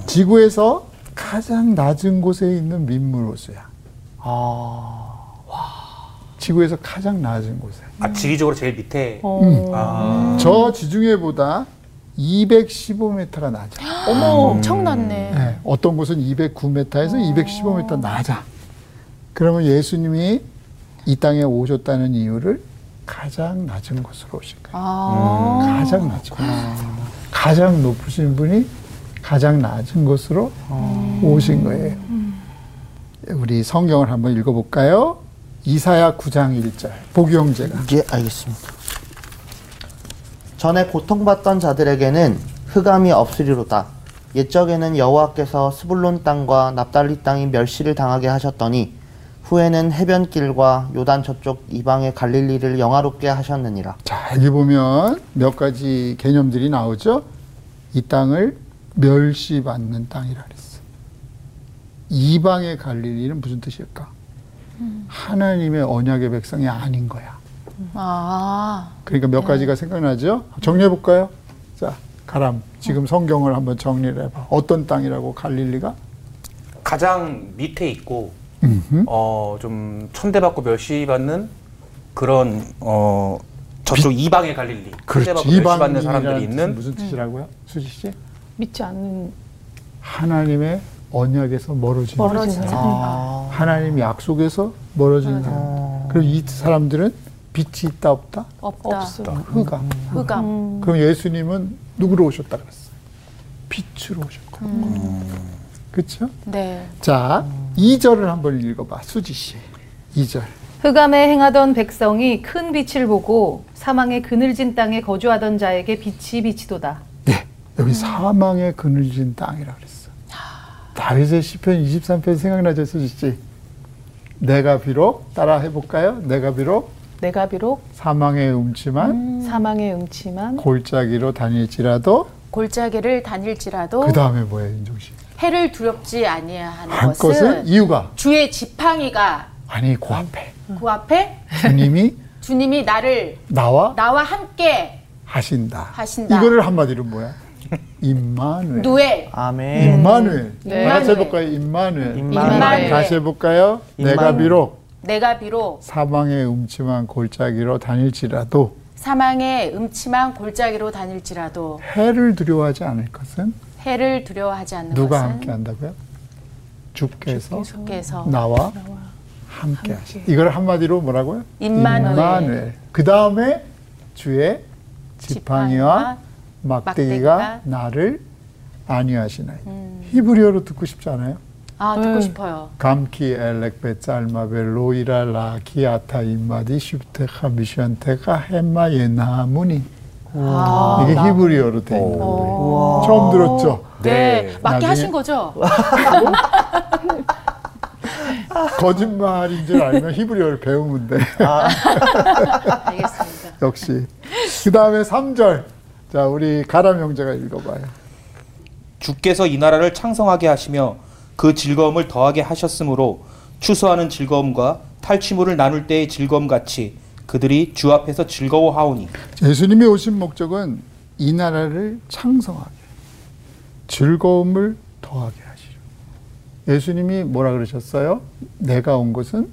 Speaker 2: 지구에서 가장 낮은 곳에 있는 민물 호수야
Speaker 5: 아.
Speaker 2: 지구에서 가장 낮은 곳에
Speaker 3: 아 지리적으로 제일 밑에.
Speaker 2: 어.
Speaker 3: 아.
Speaker 2: 저 지중해보다 215m가 낮아
Speaker 8: 어머, 엄청났네.
Speaker 2: 네, 어떤 곳은 209m에서 215m 낮아. 그러면 예수님이 이 땅에 오셨다는 이유를 가장 낮은 곳으로 오신 거예요. 음. 가장 낮은 곳. 가장 높으신 분이 가장 낮은 곳으로 오신 거예요. 우리 성경을 한번 읽어볼까요? 이사야 9장 1절. 복이형제가.
Speaker 6: 예, 알겠습니다. 전에 고통받던 자들에게는 흑암이 없으리로다. 옛적에는 여호와께서 스불론 땅과 납달리 땅이 멸시를 당하게 하셨더니 후에는 해변길과 요단 저쪽 이방의 갈릴리를 영화롭게 하셨느니라.
Speaker 2: 자, 여기 보면 몇 가지 개념들이 나오죠. 이 땅을 멸시받는 땅이라 그랬어. 이방의 갈릴리는 무슨 뜻일까?
Speaker 4: 음.
Speaker 2: 하나님의 언약의 백성이 아닌 거야.
Speaker 8: 아,
Speaker 2: 그러니까
Speaker 4: 네.
Speaker 2: 몇 가지가 생각나죠? 정리해 볼까요? 자, 가람.
Speaker 4: 어.
Speaker 2: 지금 성경을 한번 정리를 해봐. 어떤 땅이라고 갈릴리가?
Speaker 3: 가장 밑에 있고 어 좀 천대받고 멸시받는 그런 어 저쪽 이방의 갈릴리 천대받고 멸시받는 사람들이 있는
Speaker 2: 그렇죠. 무슨 뜻이라고요? 수지 씨?
Speaker 4: 네. 믿지 않는
Speaker 2: 하나님의 언약에서 멀어진 거죠.
Speaker 8: 멀어진
Speaker 5: 아.
Speaker 8: 사람.
Speaker 6: 아.
Speaker 2: 하나님 약속에서 멀어진 사람. 그럼 이 사람들은 빛이 있다 없다?
Speaker 8: 없다.
Speaker 2: 음. 흑암.
Speaker 1: 그러니까
Speaker 8: 흑암.
Speaker 2: 그럼 예수님은 누구로 오셨다 그랬어요? 빛으로 오셨고. 그렇죠?
Speaker 8: 네.
Speaker 2: 자, 2절을 한번 읽어 봐. 수지 씨. 2절.
Speaker 4: 흑암에 행하던 백성이 큰 빛을 보고 사망의 그늘진 땅에 거주하던 자에게 빛이 비치도다.
Speaker 2: 예. 여기 사망의 그늘진 땅이라 그랬어. 다윗의 시편 23편 생각나죠, 수지 씨? 내가 비록 따라 해 볼까요? 내가 비록
Speaker 4: 내가 비록
Speaker 2: 사망의 음침한
Speaker 4: 사망의 음침한
Speaker 2: 골짜기로 다닐지라도
Speaker 1: 골짜기를 다닐지라도
Speaker 2: 그 다음에 뭐예요, 인종 씨?
Speaker 1: 해를 두렵지 아니하는
Speaker 2: 한 것은
Speaker 1: 것은
Speaker 2: 이유가
Speaker 1: 주의 지팡이가
Speaker 2: 아니 그 앞에
Speaker 1: 그 앞에
Speaker 2: 주님이
Speaker 1: 주님이 나를
Speaker 2: 나와
Speaker 1: 나와 함께
Speaker 2: 하신다.
Speaker 1: 하신다.
Speaker 2: 이거를 한마디로 뭐야? 임마누엘.
Speaker 1: 누엘
Speaker 5: 아멘.
Speaker 2: 임마누엘.
Speaker 1: 네.
Speaker 2: 다 같이 해볼까요? 임마누엘.
Speaker 5: 임마누엘.
Speaker 1: 임마누엘.
Speaker 2: 다시 해볼까요? 내가 비록
Speaker 1: 내가 비록
Speaker 2: 사망의 음침한 골짜기로 다닐지라도
Speaker 1: 사망의 음침한 골짜기로 다닐지라도
Speaker 2: 해를 두려워하지 않을 것은
Speaker 1: 해를 두려워하지 않는
Speaker 2: 누가
Speaker 1: 것은
Speaker 2: 함께 한다고요? 네, 주께서
Speaker 1: 주께서
Speaker 2: 나와 함께 하시. 이걸 한마디로 뭐라고요?
Speaker 1: 임마누엘.
Speaker 2: 그 다음에 주의 지팡이와
Speaker 1: 지팡이와
Speaker 2: 막대기가
Speaker 1: 막대기가 음.
Speaker 2: 나를 안위하시나이. 히브리어로 듣고 싶지 않아요?
Speaker 1: 아 듣고 싶어요.
Speaker 2: 감키 엘렉베 짤마벨 로이라 라키아타 임마디 슈프테카 미션테카 햄마 예나무니.
Speaker 1: 아,
Speaker 2: 이게 히브리어로 돼 있는 거예요. 처음 들었죠?
Speaker 1: 네,
Speaker 3: 네.
Speaker 1: 맞게
Speaker 2: 네. 나중에-
Speaker 1: 하신 거죠?
Speaker 2: 거짓말인 줄 알면 히브리어를 배우면 돼.
Speaker 1: 알겠습니다.
Speaker 2: 역시. 그 다음에 3절. 자, 우리 가람 형제가 읽어봐요.
Speaker 9: 주께서 이 나라를 창성하게 하시며 그 즐거움을 더하게 하셨으므로 추수하는 즐거움과 탈취물을 나눌 때의 즐거움 같이 그들이 주 앞에서 즐거워하오니
Speaker 2: 예수님이 오신 목적은 이 나라를 창성하게, 즐거움을 더하게 하시죠. 예수님이 뭐라 그러셨어요? 내가 온 것은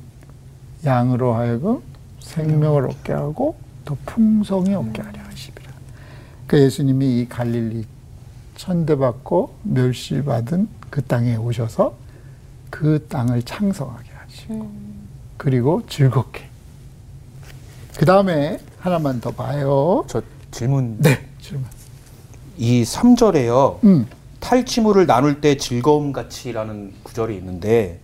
Speaker 2: 양으로 하여금 생명을 얻게 하고 더 풍성히 얻게 하려 하십니다. 그 예수님이 이 갈릴리 천대받고 멸시받은 그 땅에 오셔서 그 땅을 창성하게 하시고 그리고 즐겁게. 그 다음에 하나만 더 봐요.
Speaker 9: 저 질문
Speaker 2: 네, 질문.
Speaker 9: 이 3절에요
Speaker 2: 음.
Speaker 9: 탈취물을 나눌 때 즐거움 같이라는 구절이 있는데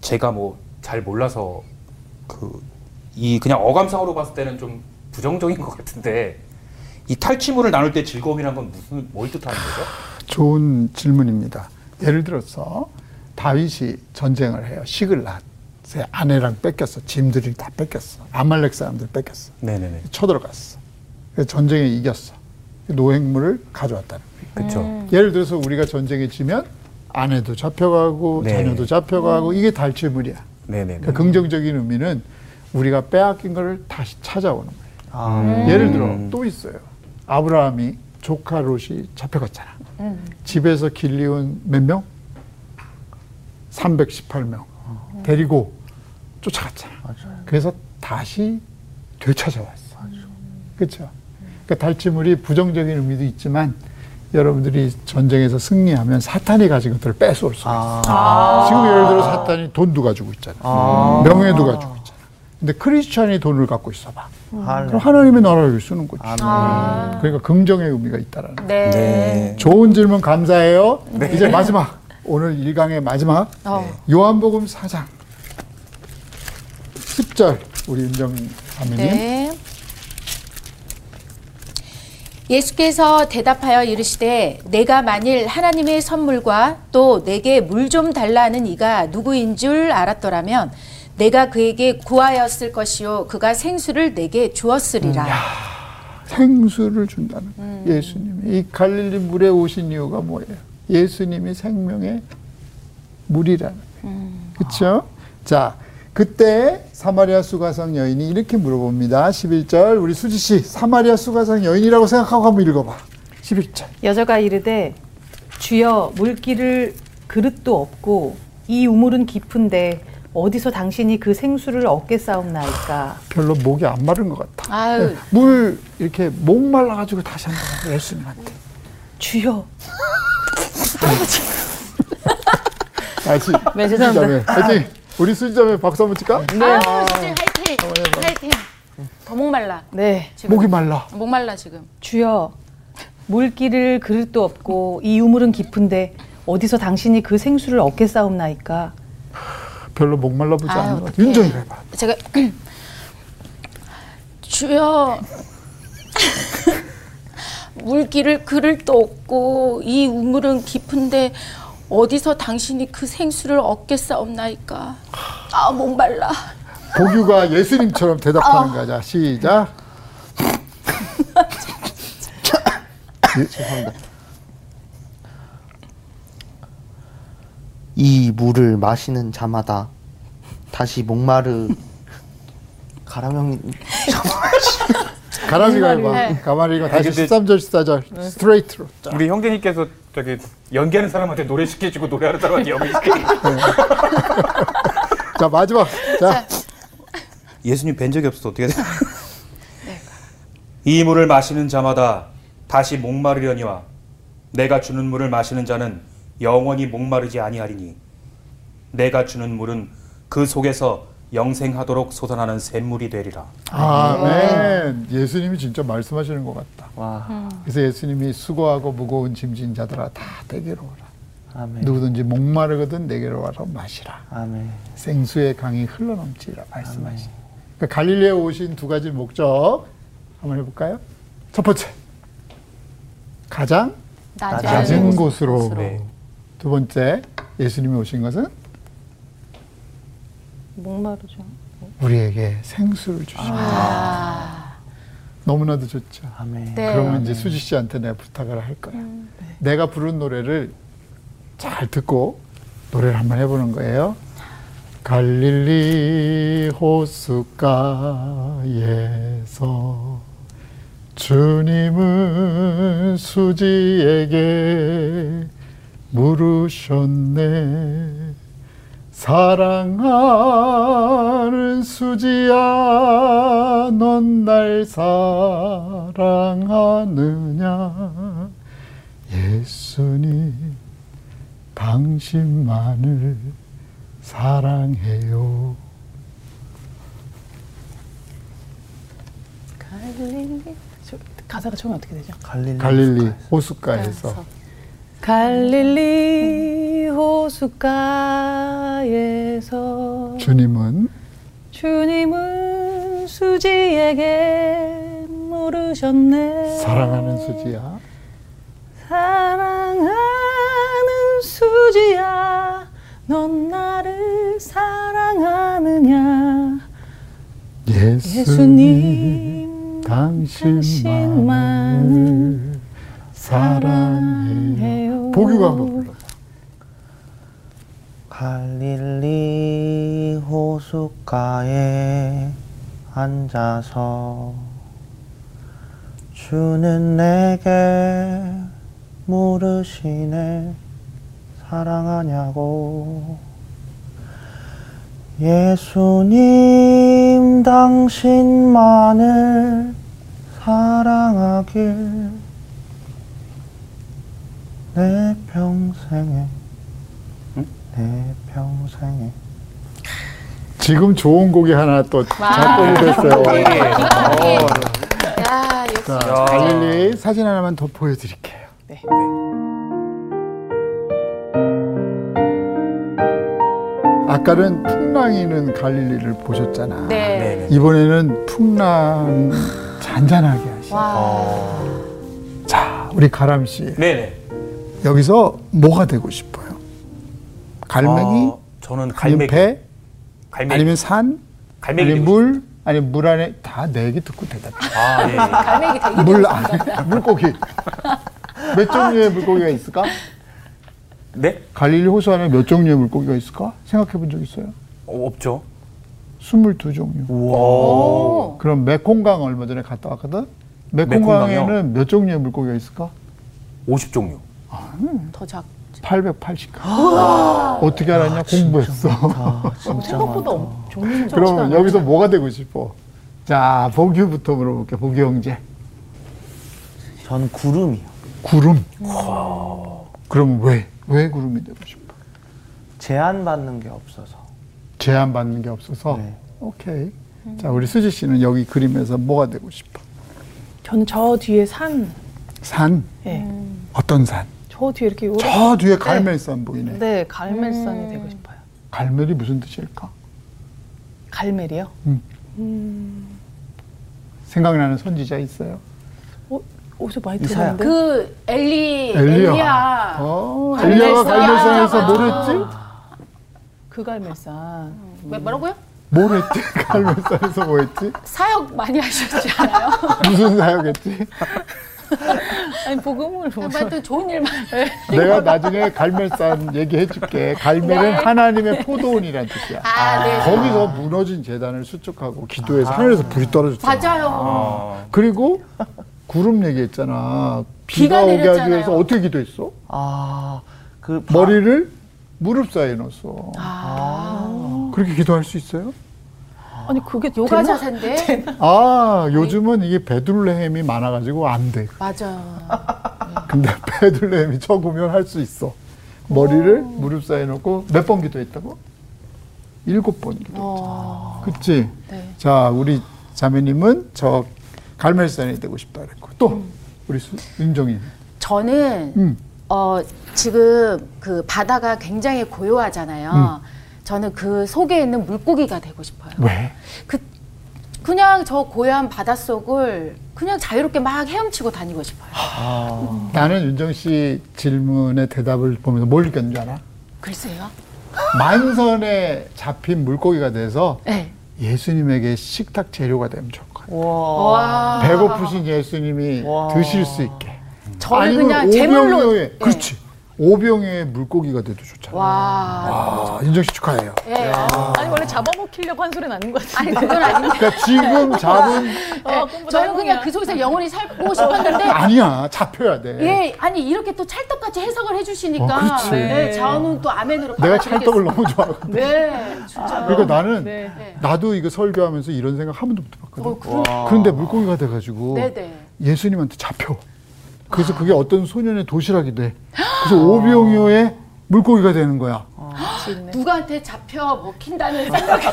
Speaker 9: 제가 뭐 잘 몰라서 그 이 그냥 어감상으로 봤을 때는 좀 부정적인 것 같은데 이 탈취물을 나눌 때 즐거움이란 건 무슨 뭘 뜻하는 거죠?
Speaker 2: 좋은 질문입니다. 예를 들어서 다윗이 전쟁을 해요. 시글랏의 아내랑 뺏겼어. 짐들이 다 뺏겼어. 아말렉 사람들 뺏겼어.
Speaker 3: 네네네.
Speaker 2: 쳐들어갔어. 그래서 전쟁에 이겼어. 노획물을 가져왔다는 거예요.
Speaker 3: 그렇죠.
Speaker 2: 예를 들어서 우리가 전쟁에 지면 아내도 잡혀가고
Speaker 3: 네.
Speaker 2: 자녀도 잡혀가고 이게 달치물이야.
Speaker 3: 네네네.
Speaker 2: 그러니까 긍정적인 의미는 우리가 빼앗긴 걸 다시 찾아오는 거예요.
Speaker 3: 음.
Speaker 2: 예를 들어 또 있어요. 아브라함이 조카 롯이 잡혀갔잖아. 집에서 길리온 몇 명? 318명 데리고 쫓아갔잖아. 그래서 다시 되찾아왔어. 그렇죠. 그러니까 달치물이 부정적인 의미도 있지만 여러분들이 전쟁에서 승리하면 사탄이 가진 것들을 뺏어올 수가 있어. 지금 예를 들어 사탄이 돈도 가지고 있잖아. 명예도 가지고 있잖아. 근데 크리스천이 돈을 갖고 있어봐.
Speaker 5: 음.
Speaker 2: 그럼 하나님의 나라를 쓰는 거지. 그러니까 긍정의 의미가 있다라는. 거예요.
Speaker 8: 네.
Speaker 9: 네.
Speaker 2: 좋은 질문 감사해요. 이제 마지막 오늘 일강의 마지막
Speaker 1: 어.
Speaker 2: 요한복음 4장 10절 우리 윤정 사모님.
Speaker 8: 네.
Speaker 1: 예수께서 대답하여 이르시되 내가 만일 하나님의 선물과 또 내게 물 좀 달라는 이가 누구인 줄 알았더라면 내가 그에게 구하였을 것이요 그가 생수를 내게 주었으리라.
Speaker 2: 생수를 준다는 거예요.
Speaker 4: 음.
Speaker 2: 예수님이 이 갈릴리 물에 오신 이유가 뭐예요? 예수님이 생명의 물이라는 거예요.
Speaker 4: 음.
Speaker 2: 그렇죠? 자, 그때 사마리아 수가성 여인이 이렇게 물어봅니다. 11절 우리 수지 씨 사마리아 수가성 여인이라고 생각하고 한번 읽어봐. 11절.
Speaker 4: 여자가 이르되 주여 물기를 그릇도 없고 이 우물은 깊은데 어디서 당신이 그 생수를 얻겠사옵나이까
Speaker 2: 별로 목이 안 마른 것 같아.
Speaker 8: 아유.
Speaker 2: 물 이렇게 목 말라가지고 다시 한번 해봐, 예수님한테.
Speaker 4: 주여
Speaker 2: 다시.
Speaker 4: 네,
Speaker 2: 수지 자매
Speaker 4: 죄송합니다.
Speaker 2: 파이팅. 우리 수지 자매 박수 한번 칠까?
Speaker 8: 네.
Speaker 1: 화이팅! 화이팅! 더 목말라.
Speaker 4: 네
Speaker 2: 목이 말라.
Speaker 8: 목말라 지금.
Speaker 4: 주여 물기를 그릇도 없고 이 우물은 깊은데 어디서 당신이 그 생수를 얻겠사옵나이까
Speaker 2: 별로 목 말라 보지
Speaker 8: 아유,
Speaker 2: 않는 것 같아.
Speaker 8: 어떡해.
Speaker 2: 윤정이 해봐.
Speaker 8: 제가 주여 물기를 그를 도 없고 이 우물은 깊은데 어디서 당신이 그 생수를 얻겠사옵나이까. 아 목말라.
Speaker 2: 보규가 예수님처럼 대답하는 거자 시작.
Speaker 6: 이 물을 마시는 자마다 다시 목마르
Speaker 5: 가람형님
Speaker 2: 가람이가 해봐. 가만히 이거
Speaker 5: 아,
Speaker 2: 다시 13절 14절 스트레이트로. 쫙.
Speaker 3: 우리 형제님께서 저기 연기하는 사람한테 노래 시켜주고 노래하는 사람한테 연기 시키고
Speaker 2: 자 마지막. 자
Speaker 9: 예수님 뵌 적이 없어 어떻게 돼? 이 물을 마시는 자마다 다시 목마르려니와 내가 주는 물을 마시는 자는 영원히 목마르지 아니하리니 내가 주는 물은 그 속에서 영생하도록 솟아나는 샘물이 되리라.
Speaker 2: 아멘. 예수님이 진짜 말씀하시는 것 같다.
Speaker 5: 와
Speaker 2: 그래서 예수님이 수고하고 무거운 짐진 자들아 다 내게로 오라.
Speaker 5: 아멘
Speaker 2: 누구든지 목마르거든 내게로 와서 마시라.
Speaker 5: 아멘
Speaker 2: 생수의 강이 흘러넘치라 말씀하시니. 그 갈릴리에 오신 두 가지 목적 한번 해볼까요? 첫 번째, 가장
Speaker 8: 낮에
Speaker 2: 낮은 곳으로.
Speaker 3: 네.
Speaker 2: 두 번째, 예수님이 오신 것은
Speaker 4: 목마르죠
Speaker 2: 우리에게 생수를 주시고 아. 너무나도 좋죠.
Speaker 5: 아멘
Speaker 8: 네.
Speaker 2: 그러면 이제 수지 씨한테 내가 부탁을 할 거야. 내가 부른 노래를 잘 듣고 노래를 한번 해보는 거예요. 갈릴리 호숫가에서 주님은 수지에게 물으셨네. 사랑하는 수지야, 넌 날 사랑하느냐? 예수님, 당신만을 사랑해요.
Speaker 4: 갈릴리 저, 가사가 처음에 어떻게 되죠?
Speaker 5: 갈릴리
Speaker 2: 갈릴리 호숫가에서
Speaker 4: 갈릴리 호숫가에서
Speaker 2: 주님은
Speaker 4: 주님은 수지에게 물으셨네
Speaker 2: 사랑하는 수지야,
Speaker 4: 사랑하는 수지야 넌 나를 사랑하느냐 예수님 당신만을
Speaker 2: 당신만을 사랑해요.
Speaker 4: 사랑해요.
Speaker 2: 보규가 한번 불러.
Speaker 5: 갈릴리 호숫가에 앉아서 주는 내게 물으시네 사랑하냐고 예수님 당신만을 사랑하길 내 평생에 내 평생에
Speaker 2: 지금 좋은 곡이 하나 또 작곡이 됐어요.
Speaker 8: 아, 네.
Speaker 3: 네. 어.
Speaker 8: 야, 역시
Speaker 2: 자, 갈릴리 사진 하나만 더 보여드릴게요.
Speaker 8: 네.
Speaker 2: 네. 아까는 풍랑이는 갈릴리를 보셨잖아.
Speaker 3: 네.
Speaker 2: 이번에는 풍랑 잔잔하게 하시. 자, 우리 가람 씨
Speaker 3: 어. 네네.
Speaker 2: 여기서 뭐가 되고 싶어요? 갈매기,
Speaker 3: 어, 저는
Speaker 2: 아니면
Speaker 3: 갈매기.
Speaker 2: 배,
Speaker 3: 갈매기.
Speaker 2: 아니면 산,
Speaker 3: 갈매기.
Speaker 2: 아니면 물, 아니면 물 안에 다 내 얘기 듣고 대답해.
Speaker 3: 아, 네.
Speaker 1: 갈매기 되게
Speaker 2: 물 안에 물고기. 몇 종류의 물고기가 있을까?
Speaker 3: 네?
Speaker 2: 갈릴리 호수 안에 몇 종류의 물고기가 있을까? 생각해 본 적 있어요?
Speaker 3: 어, 없죠.
Speaker 2: 22종류. 어.
Speaker 3: 우와.
Speaker 2: 그럼 메콩강 얼마 전에 갔다 왔거든?
Speaker 3: 메콩강이요?
Speaker 2: 메콩강에는 몇 종류의 물고기가 있을까?
Speaker 3: 50종류.
Speaker 8: 더 작.
Speaker 2: 880. 어떻게 알았냐? 공부했어.
Speaker 1: 생각보다 엄- 종류는 적지도
Speaker 2: 그럼
Speaker 1: 않아요.
Speaker 2: 여기서 뭐가 되고 싶어? 자, 보규부터 물어볼게. 보규 형제.
Speaker 5: 전 구름이요.
Speaker 2: 구름. 그럼 왜? 왜 구름이 되고 싶어?
Speaker 5: 제한받는 게 없어서
Speaker 2: 제한받는 게 없어서.
Speaker 5: 네.
Speaker 2: 오케이.
Speaker 1: 음.
Speaker 2: 자, 우리 수지 씨는 여기 그림에서 뭐가 되고 싶어?
Speaker 4: 저는 저 뒤에 산,
Speaker 2: 산.
Speaker 4: 예,
Speaker 1: 음.
Speaker 2: 어떤 산?
Speaker 4: 저 뒤에 이렇게 요렇게
Speaker 2: 저 뒤에 갈멜산 보이네.
Speaker 4: 네, 갈멜산이 되고 싶어요.
Speaker 2: 갈멜이 무슨 뜻일까?
Speaker 4: 갈멜이요?
Speaker 2: 생각나는 선지자 있어요?
Speaker 4: 어, 어디서 많이
Speaker 5: 이사야.
Speaker 4: 들었는데?
Speaker 1: 그 엘리
Speaker 2: 엘리야.
Speaker 1: 엘리야. 아.
Speaker 2: 어,
Speaker 1: 갈멜산.
Speaker 2: 엘리야가 갈멜산에서 뭘 했지?
Speaker 4: 그 갈멜산.
Speaker 1: 왜 뭐라고요?
Speaker 2: 뭘 했지? 갈멜산에서 뭐 했지?
Speaker 1: 사역 많이 하셨지 않아요?
Speaker 2: 무슨 사역했지?
Speaker 4: 아니 복음을 보고
Speaker 1: 아무튼 좋은 일만.
Speaker 2: 내가 나중에 갈멜산 얘기해 줄게.
Speaker 1: 네.
Speaker 2: 갈멜은 하나님의 포도원이란 뜻이야.
Speaker 1: 아, 네.
Speaker 2: 거기서 무너진 재단을 수축하고 기도해서 하늘에서 불이 떨어졌잖아.
Speaker 1: 맞아요.
Speaker 2: 그리고 구름 얘기했잖아. 비가,
Speaker 1: 비가
Speaker 2: 오게 하기
Speaker 1: 내렸잖아요.
Speaker 2: 위해서 어떻게 기도했어?
Speaker 5: 아, 아그
Speaker 2: 머리를 무릎 사이에 넣었어.
Speaker 1: 아.
Speaker 2: 그렇게 기도할 수 있어요?
Speaker 4: 아니 그게
Speaker 1: 요가
Speaker 4: 되나?
Speaker 1: 자세인데.
Speaker 2: 아, 요즘은 이게 베들레헴이 많아가지고 안 돼.
Speaker 1: 맞아.
Speaker 2: 근데 베들레헴이 적으면 할 수 있어. 머리를 무릎 사이에 놓고 몇 번 기도했다고? 일곱 번 기도했잖아. 그치?
Speaker 1: 네.
Speaker 2: 자, 우리 자매님은 저 갈멜산이 되고 싶다 그랬고. 또,
Speaker 1: 음.
Speaker 2: 우리 수- 윤정인.
Speaker 1: 저는
Speaker 2: 음.
Speaker 1: 어, 지금 그 바다가 굉장히 고요하잖아요. 저는 그 속에 있는 물고기가 되고 싶어요.
Speaker 2: 왜?
Speaker 1: 그 그냥 저 고요한 바닷속을 그냥 자유롭게 막 헤엄치고 다니고 싶어요.
Speaker 2: 나는 윤정 씨 질문의 대답을 보면서 뭘 느꼈는 줄 알아?
Speaker 1: 글쎄요.
Speaker 2: 만선에 잡힌 물고기가 돼서
Speaker 1: 네.
Speaker 2: 예수님에게 식탁 재료가 되면 좋을 것 같아.
Speaker 5: 와
Speaker 1: 와.
Speaker 2: 배고프신 예수님이
Speaker 5: 와.
Speaker 2: 드실 수 있게.
Speaker 1: 저를
Speaker 2: 아니면
Speaker 1: 그냥 제물로. 예.
Speaker 2: 오병이어의- 예. 그렇지. 오병의 물고기가 돼도 좋잖아.
Speaker 1: 와.
Speaker 2: 아, 인정 씨 축하해요.
Speaker 1: 예.
Speaker 4: 아니 원래 잡아먹히려고 한 소리 나는 것 같아.
Speaker 1: 아니 그건 아닌데.
Speaker 2: 그러니까 지금 잡은
Speaker 4: 어,
Speaker 1: 예,
Speaker 4: 꿈보다
Speaker 1: 저는 그냥
Speaker 4: 행복이야.
Speaker 1: 그 속에서 영원히 살고 싶었는데
Speaker 2: 아니야 잡혀야 돼.
Speaker 1: 예, 아니 이렇게 또 찰떡같이 해석을 해주시니까
Speaker 2: 어, 네. 그렇지.
Speaker 1: 네, 자원은 또 아멘으로
Speaker 2: 내가
Speaker 1: 받아들이겠어요.
Speaker 2: 찰떡을 너무 좋아하거든.
Speaker 1: 네, 진짜.
Speaker 2: 그러니까 나는
Speaker 4: 네.
Speaker 2: 나도 이거 설교하면서 이런 생각 한 번도 못
Speaker 1: 어,
Speaker 2: 해봤거든.
Speaker 1: 그럼,
Speaker 2: 그런데 물고기가 돼가지고
Speaker 1: 네네. 아.
Speaker 2: 예수님한테 잡혀. 그래서 그게 어떤 소년의 도시락이 돼. 그래서 오병이어의 물고기가 되는 거야.
Speaker 1: 누구한테 잡혀 먹힌다는 생각이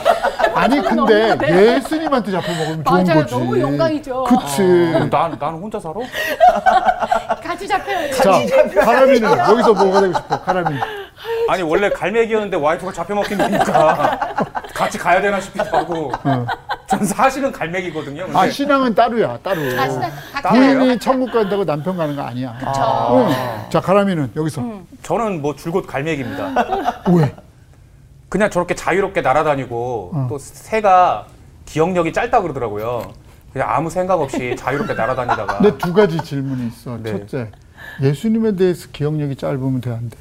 Speaker 2: 아니 근데 예수님한테 잡혀 먹으면 좋은
Speaker 1: 맞아요.
Speaker 2: 거지.
Speaker 1: 너무 영광이죠.
Speaker 2: 그치.
Speaker 3: 그럼 난, 난 혼자 살아?
Speaker 1: 같이 잡혀요.
Speaker 2: 자, 가람이는 여기서 뭐가 되고 싶어? 가람이.
Speaker 3: 아니, 원래 갈매기였는데 와이프가 잡혀먹힌 거니까. 같이 가야 되나 싶기도 하고. 전 사실은 갈매기거든요. 근데
Speaker 2: 아 신앙은 따로야 따로.
Speaker 1: 아, 신앙 각자.
Speaker 2: 부인이 천국 간다고 남편 가는 거 아니야. 응. 자 가람이는 여기서
Speaker 1: 음.
Speaker 3: 저는 뭐 줄곧 갈매기입니다.
Speaker 2: 왜?
Speaker 3: 그냥 저렇게 자유롭게 날아다니고 또 새가 기억력이 짧다 그러더라고요. 그냥 아무 생각 없이 자유롭게 날아다니다가
Speaker 2: 근데 두 가지 질문이 있어.
Speaker 3: 네.
Speaker 2: 첫째, 예수님에 대해서 기억력이 짧으면 돼 안 돼?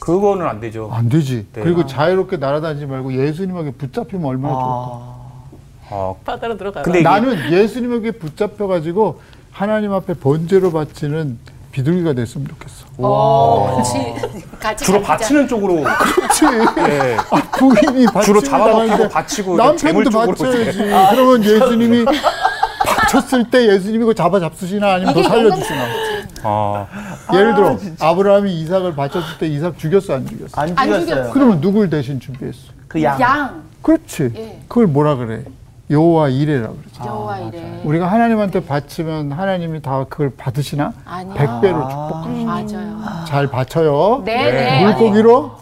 Speaker 3: 그거는 안 되죠.
Speaker 2: 안 되지.
Speaker 3: 네.
Speaker 2: 그리고
Speaker 3: 아.
Speaker 2: 자유롭게 날아다니지 말고 예수님에게 붙잡히면 얼마나 좋을까?
Speaker 3: 어,
Speaker 4: 바다로 들어가.
Speaker 3: 아. 근데 이게-
Speaker 2: 나는 예수님에게 붙잡혀 가지고 하나님 앞에 번제로 바치는 비둘기가 됐으면 좋겠어.
Speaker 1: 같이
Speaker 3: 주로
Speaker 1: 가자.
Speaker 3: 바치는 쪽으로
Speaker 2: 그렇지.
Speaker 3: 예.
Speaker 2: 아, 부인이 바치고
Speaker 3: 주로 잡아먹히고
Speaker 2: 나가는데
Speaker 3: 바치고 재물
Speaker 2: 남편도
Speaker 3: 쪽으로 아,
Speaker 2: 바쳐야지. 그러면 예수님이 바쳤을 때 예수님이 그 잡아 잡수시나 아니면 더 살려주시나. 아,
Speaker 3: 어,
Speaker 2: 예를 들어 아브라함이 이삭을 바쳤을 때 이삭 죽였어 안 죽였어?
Speaker 5: 안
Speaker 1: 안
Speaker 5: 죽였어요.
Speaker 1: 죽였어요.
Speaker 2: 그러면 누굴 대신 준비했어?
Speaker 5: 그 양.
Speaker 1: 양
Speaker 2: 그렇지.
Speaker 1: 예.
Speaker 2: 그걸 뭐라 그래? 여호와 이레라 그러지.
Speaker 1: 여호와 이래.
Speaker 2: 우리가 하나님한테 바치면 하나님이 다 그걸 받으시나?
Speaker 1: 아니요.
Speaker 2: 백배로 축복하시나?
Speaker 1: 맞아요.
Speaker 2: 잘 바쳐요.
Speaker 1: 네,
Speaker 3: 네.
Speaker 1: 네.
Speaker 2: 물고기로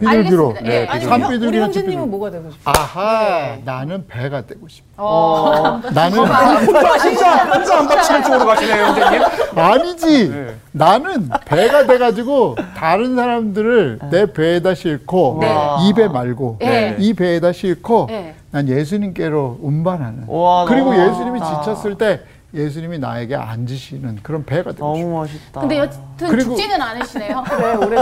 Speaker 2: 비둘기로.
Speaker 1: 알겠습니다. 예.
Speaker 4: 아니
Speaker 2: 산
Speaker 4: 우리, 우리
Speaker 2: 비둘기는
Speaker 4: 형제님은
Speaker 2: 집비둘기.
Speaker 4: 뭐가 되고 싶어요?
Speaker 2: 아하, 나는 배가 되고 싶어.
Speaker 1: 네. 어.
Speaker 2: 나는
Speaker 3: 혼자 안 바치는 쪽으로 가시네요, 형제님.
Speaker 2: 아니지.
Speaker 3: 네.
Speaker 2: 나는 배가 돼가지고 다른 사람들을 내 배에다 싣고 이 배 말고
Speaker 1: 네.
Speaker 2: 이 배에다 싣고
Speaker 1: 네.
Speaker 2: 난 예수님께로 운반하는.
Speaker 5: 우와,
Speaker 2: 그리고
Speaker 5: 너무
Speaker 2: 예수님이 지쳤을 때 예수님이 나에게 앉으시는 그런 배가 되고 싶어.
Speaker 5: 너무 멋있다.
Speaker 1: 근데 여튼
Speaker 2: 그리고-
Speaker 1: 죽지는 않으시네요.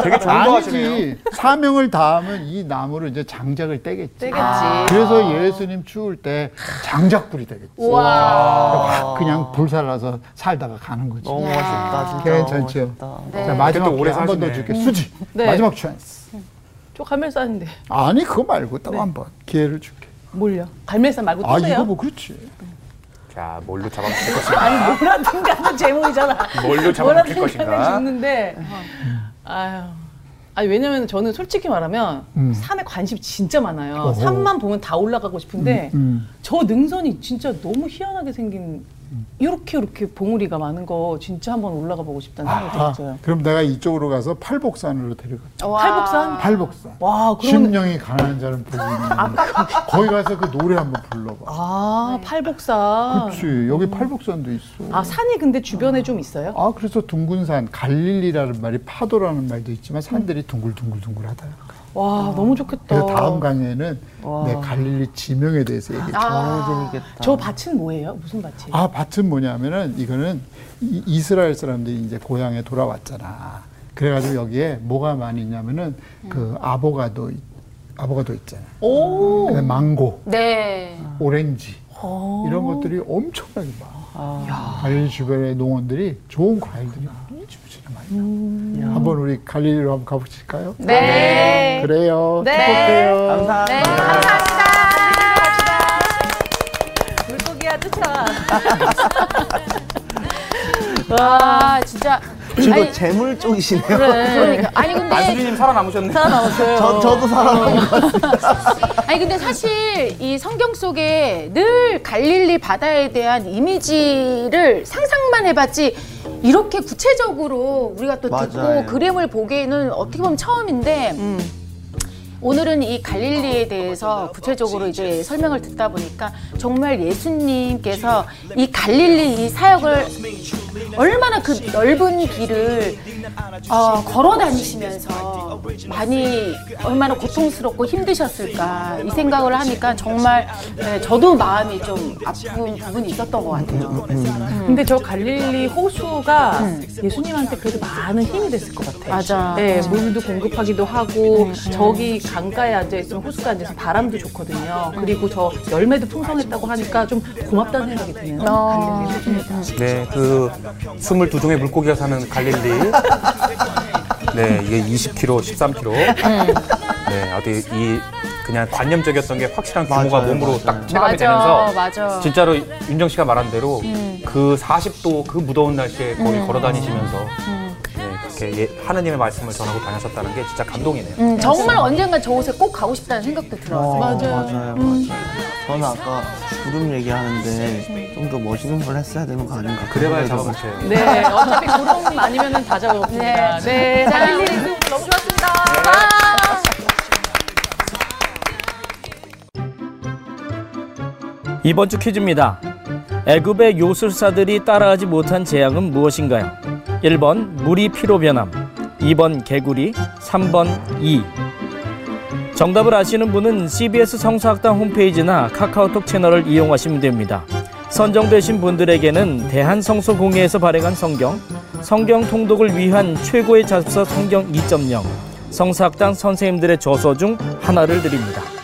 Speaker 3: 되게 좋은 거 하시네요.
Speaker 2: 아니지. 사명을 다하면 이 나무로 이제 장작을 떼겠지.
Speaker 4: 떼겠지.
Speaker 3: 아.
Speaker 2: 그래서 예수님 추울 때 장작불이 되겠지. 그러니까
Speaker 5: 와.
Speaker 2: 그냥 불살라서 살다가 가는 거지.
Speaker 5: 너무 멋있다. 진짜
Speaker 2: 괜찮죠?
Speaker 5: 너무 멋있다.
Speaker 2: 자,
Speaker 3: 그때
Speaker 2: 마지막
Speaker 3: 오래
Speaker 2: 기회 한번 더
Speaker 3: 사시네.
Speaker 2: 줄게. 수지.
Speaker 4: 네.
Speaker 2: 마지막 찬스.
Speaker 4: 갈매기 싸는데
Speaker 2: 아니, 그거 말고 또 한번 기회를 줄게.
Speaker 4: 뭘요? 갈매기 싸 말고
Speaker 2: 아,
Speaker 4: 또 돼요?
Speaker 2: 이거 뭐 그렇지.
Speaker 3: 자, 뭘로 잡아먹힐 것인가?
Speaker 4: 아니 뭐라든가 하는 제목이잖아.
Speaker 3: 뭘로 잡아먹힐
Speaker 4: 뭐라든가 하면
Speaker 3: 것인가?
Speaker 4: 죽는데 아유. 아니 왜냐면 저는 솔직히 말하면 삶에 관심 진짜 많아요.
Speaker 2: 어허.
Speaker 4: 삶만 보면 다 올라가고 싶은데
Speaker 2: 음.
Speaker 4: 저 능선이 진짜 너무 희한하게 생긴 이렇게 이렇게 봉우리가 많은 거 진짜 한번 올라가 보고 싶다는 생각이
Speaker 2: 아,
Speaker 4: 들었어요.
Speaker 2: 그럼 내가 이쪽으로 가서 팔복산으로 데려가.
Speaker 4: 탈북산?
Speaker 2: 팔복산.
Speaker 4: 와 아. 어, 그러면
Speaker 2: 심령이 가난한 자는 복이 있는 거기 가서 그 노래 한번 불러봐.
Speaker 4: 아 팔복산.
Speaker 2: 그렇지. 여기 팔복산도 있어.
Speaker 4: 아 산이 근데 주변에 좀 있어요?
Speaker 2: 아, 그래서 둥근 산, 갈릴리라는 말이 파도라는 말도 있지만 산들이 둥글둥글둥글하다.
Speaker 4: 와 너무 좋겠다.
Speaker 2: 그래서 다음 강의에는 내 갈릴리 지명에 대해서 얘기해. 아,
Speaker 5: 너무 재밌겠다.
Speaker 4: 저 밭은 뭐예요? 무슨 밭이에요?
Speaker 2: 아, 밭은 뭐냐면은 이거는 이, 이스라엘 사람들이 이제 고향에 돌아왔잖아. 그래가지고 여기에 뭐가 많이 있냐면은 그 아보가도, 있- 아보가도 있잖아.
Speaker 4: 오.
Speaker 2: 그다음에 망고,
Speaker 1: 네.
Speaker 2: 오렌지
Speaker 5: 어.
Speaker 2: 이런 것들이 엄청나게 많아. 갈릴리 주변의 농원들이 좋은 과일들이 무지무지나 많이
Speaker 5: 음.
Speaker 2: 나. 한번 우리 갈릴리로 한번 가보실까요?
Speaker 1: 네.
Speaker 2: 그래요. 네. 행복해요.
Speaker 5: 감사합니다.
Speaker 4: 물고기야 쫓아.
Speaker 1: 와, 아, 진짜.
Speaker 5: 지금 재물 쪽이시네요.
Speaker 1: 그러니까. 아니, 근데
Speaker 3: 안수리님 살아남으셨네.
Speaker 5: 저, 저도 살아남은 것
Speaker 1: 아니 근데 사실 이 성경 속에 늘 갈릴리 바다에 대한 이미지를 상상만 해봤지 이렇게 구체적으로 우리가 또
Speaker 5: 맞아요.
Speaker 1: 듣고 그림을 보기에는 어떻게 보면 처음인데 오늘은 이 갈릴리에 대해서 구체적으로 이제 설명을 듣다 보니까 정말 예수님께서 이 갈릴리 이 사역을 얼마나 그 넓은 길을 어, 걸어 다니시면서 많이 얼마나 고통스럽고 힘드셨을까 이 생각을 하니까 정말 네, 저도 마음이 좀 아픈 부분이 있었던 것 같아요.
Speaker 4: 근데 저 갈릴리 호수가 예수님한테 그래도 많은 힘이 됐을 것 같아요.
Speaker 1: 맞아.
Speaker 4: 네, 물도 공급하기도 하고 저기 강가에 앉아 있으면 호수가 앉아서 바람도 좋거든요. 그리고 저 열매도 풍성했다고 하니까 좀 고맙다는 생각이 드네요.
Speaker 3: 네, 그 22종의 물고기가 사는 갈릴리. 네, 이게 20kg, 13kg. 네, 아주 이 그냥 관념적이었던 게 확실한 규모가
Speaker 5: 맞아요,
Speaker 3: 몸으로
Speaker 5: 맞아요.
Speaker 3: 딱 체감이
Speaker 1: 맞아,
Speaker 3: 되면서
Speaker 1: 맞아. 음.
Speaker 3: 진짜로 윤정 씨가 말한 대로 그 40도 그 무더운 날씨에 거기 걸어 다니시면서
Speaker 1: 음.
Speaker 3: 네, 그렇게 예- 하느님의 말씀을 전하고 다녔었다는 게 진짜 감동이네요.
Speaker 1: 음, 정말 언젠가 저 곳에 꼭 가고 싶다는 생각도 들어요.
Speaker 5: 맞아요, 맞아요. 저는 아까 구름 얘기하는데 좀 더 멋있는 걸 했어야 되는 거 아닌가.
Speaker 3: 그래봐야
Speaker 5: 그런
Speaker 3: 잡아먹혀요.
Speaker 4: 네, 어차피 구름 아니면은 다 잡아먹습니다. 네, 갈릴리 너무 좋았습니다.
Speaker 10: 이번 주 퀴즈입니다. 애굽의 요술사들이 따라하지 못한 제약은 무엇인가요? 1번 물이 피로 변함, 2번 개구리, 3번 이. 정답을 아시는 분은 CBS 성서학당 홈페이지나 카카오톡 채널을 이용하시면 됩니다. 선정되신 분들에게는 대한성서공회에서 발행한 성경, 성경 통독을 위한 최고의 잡서 성경 2.0, 성서학당 선생님들의 저서 중 하나를 드립니다.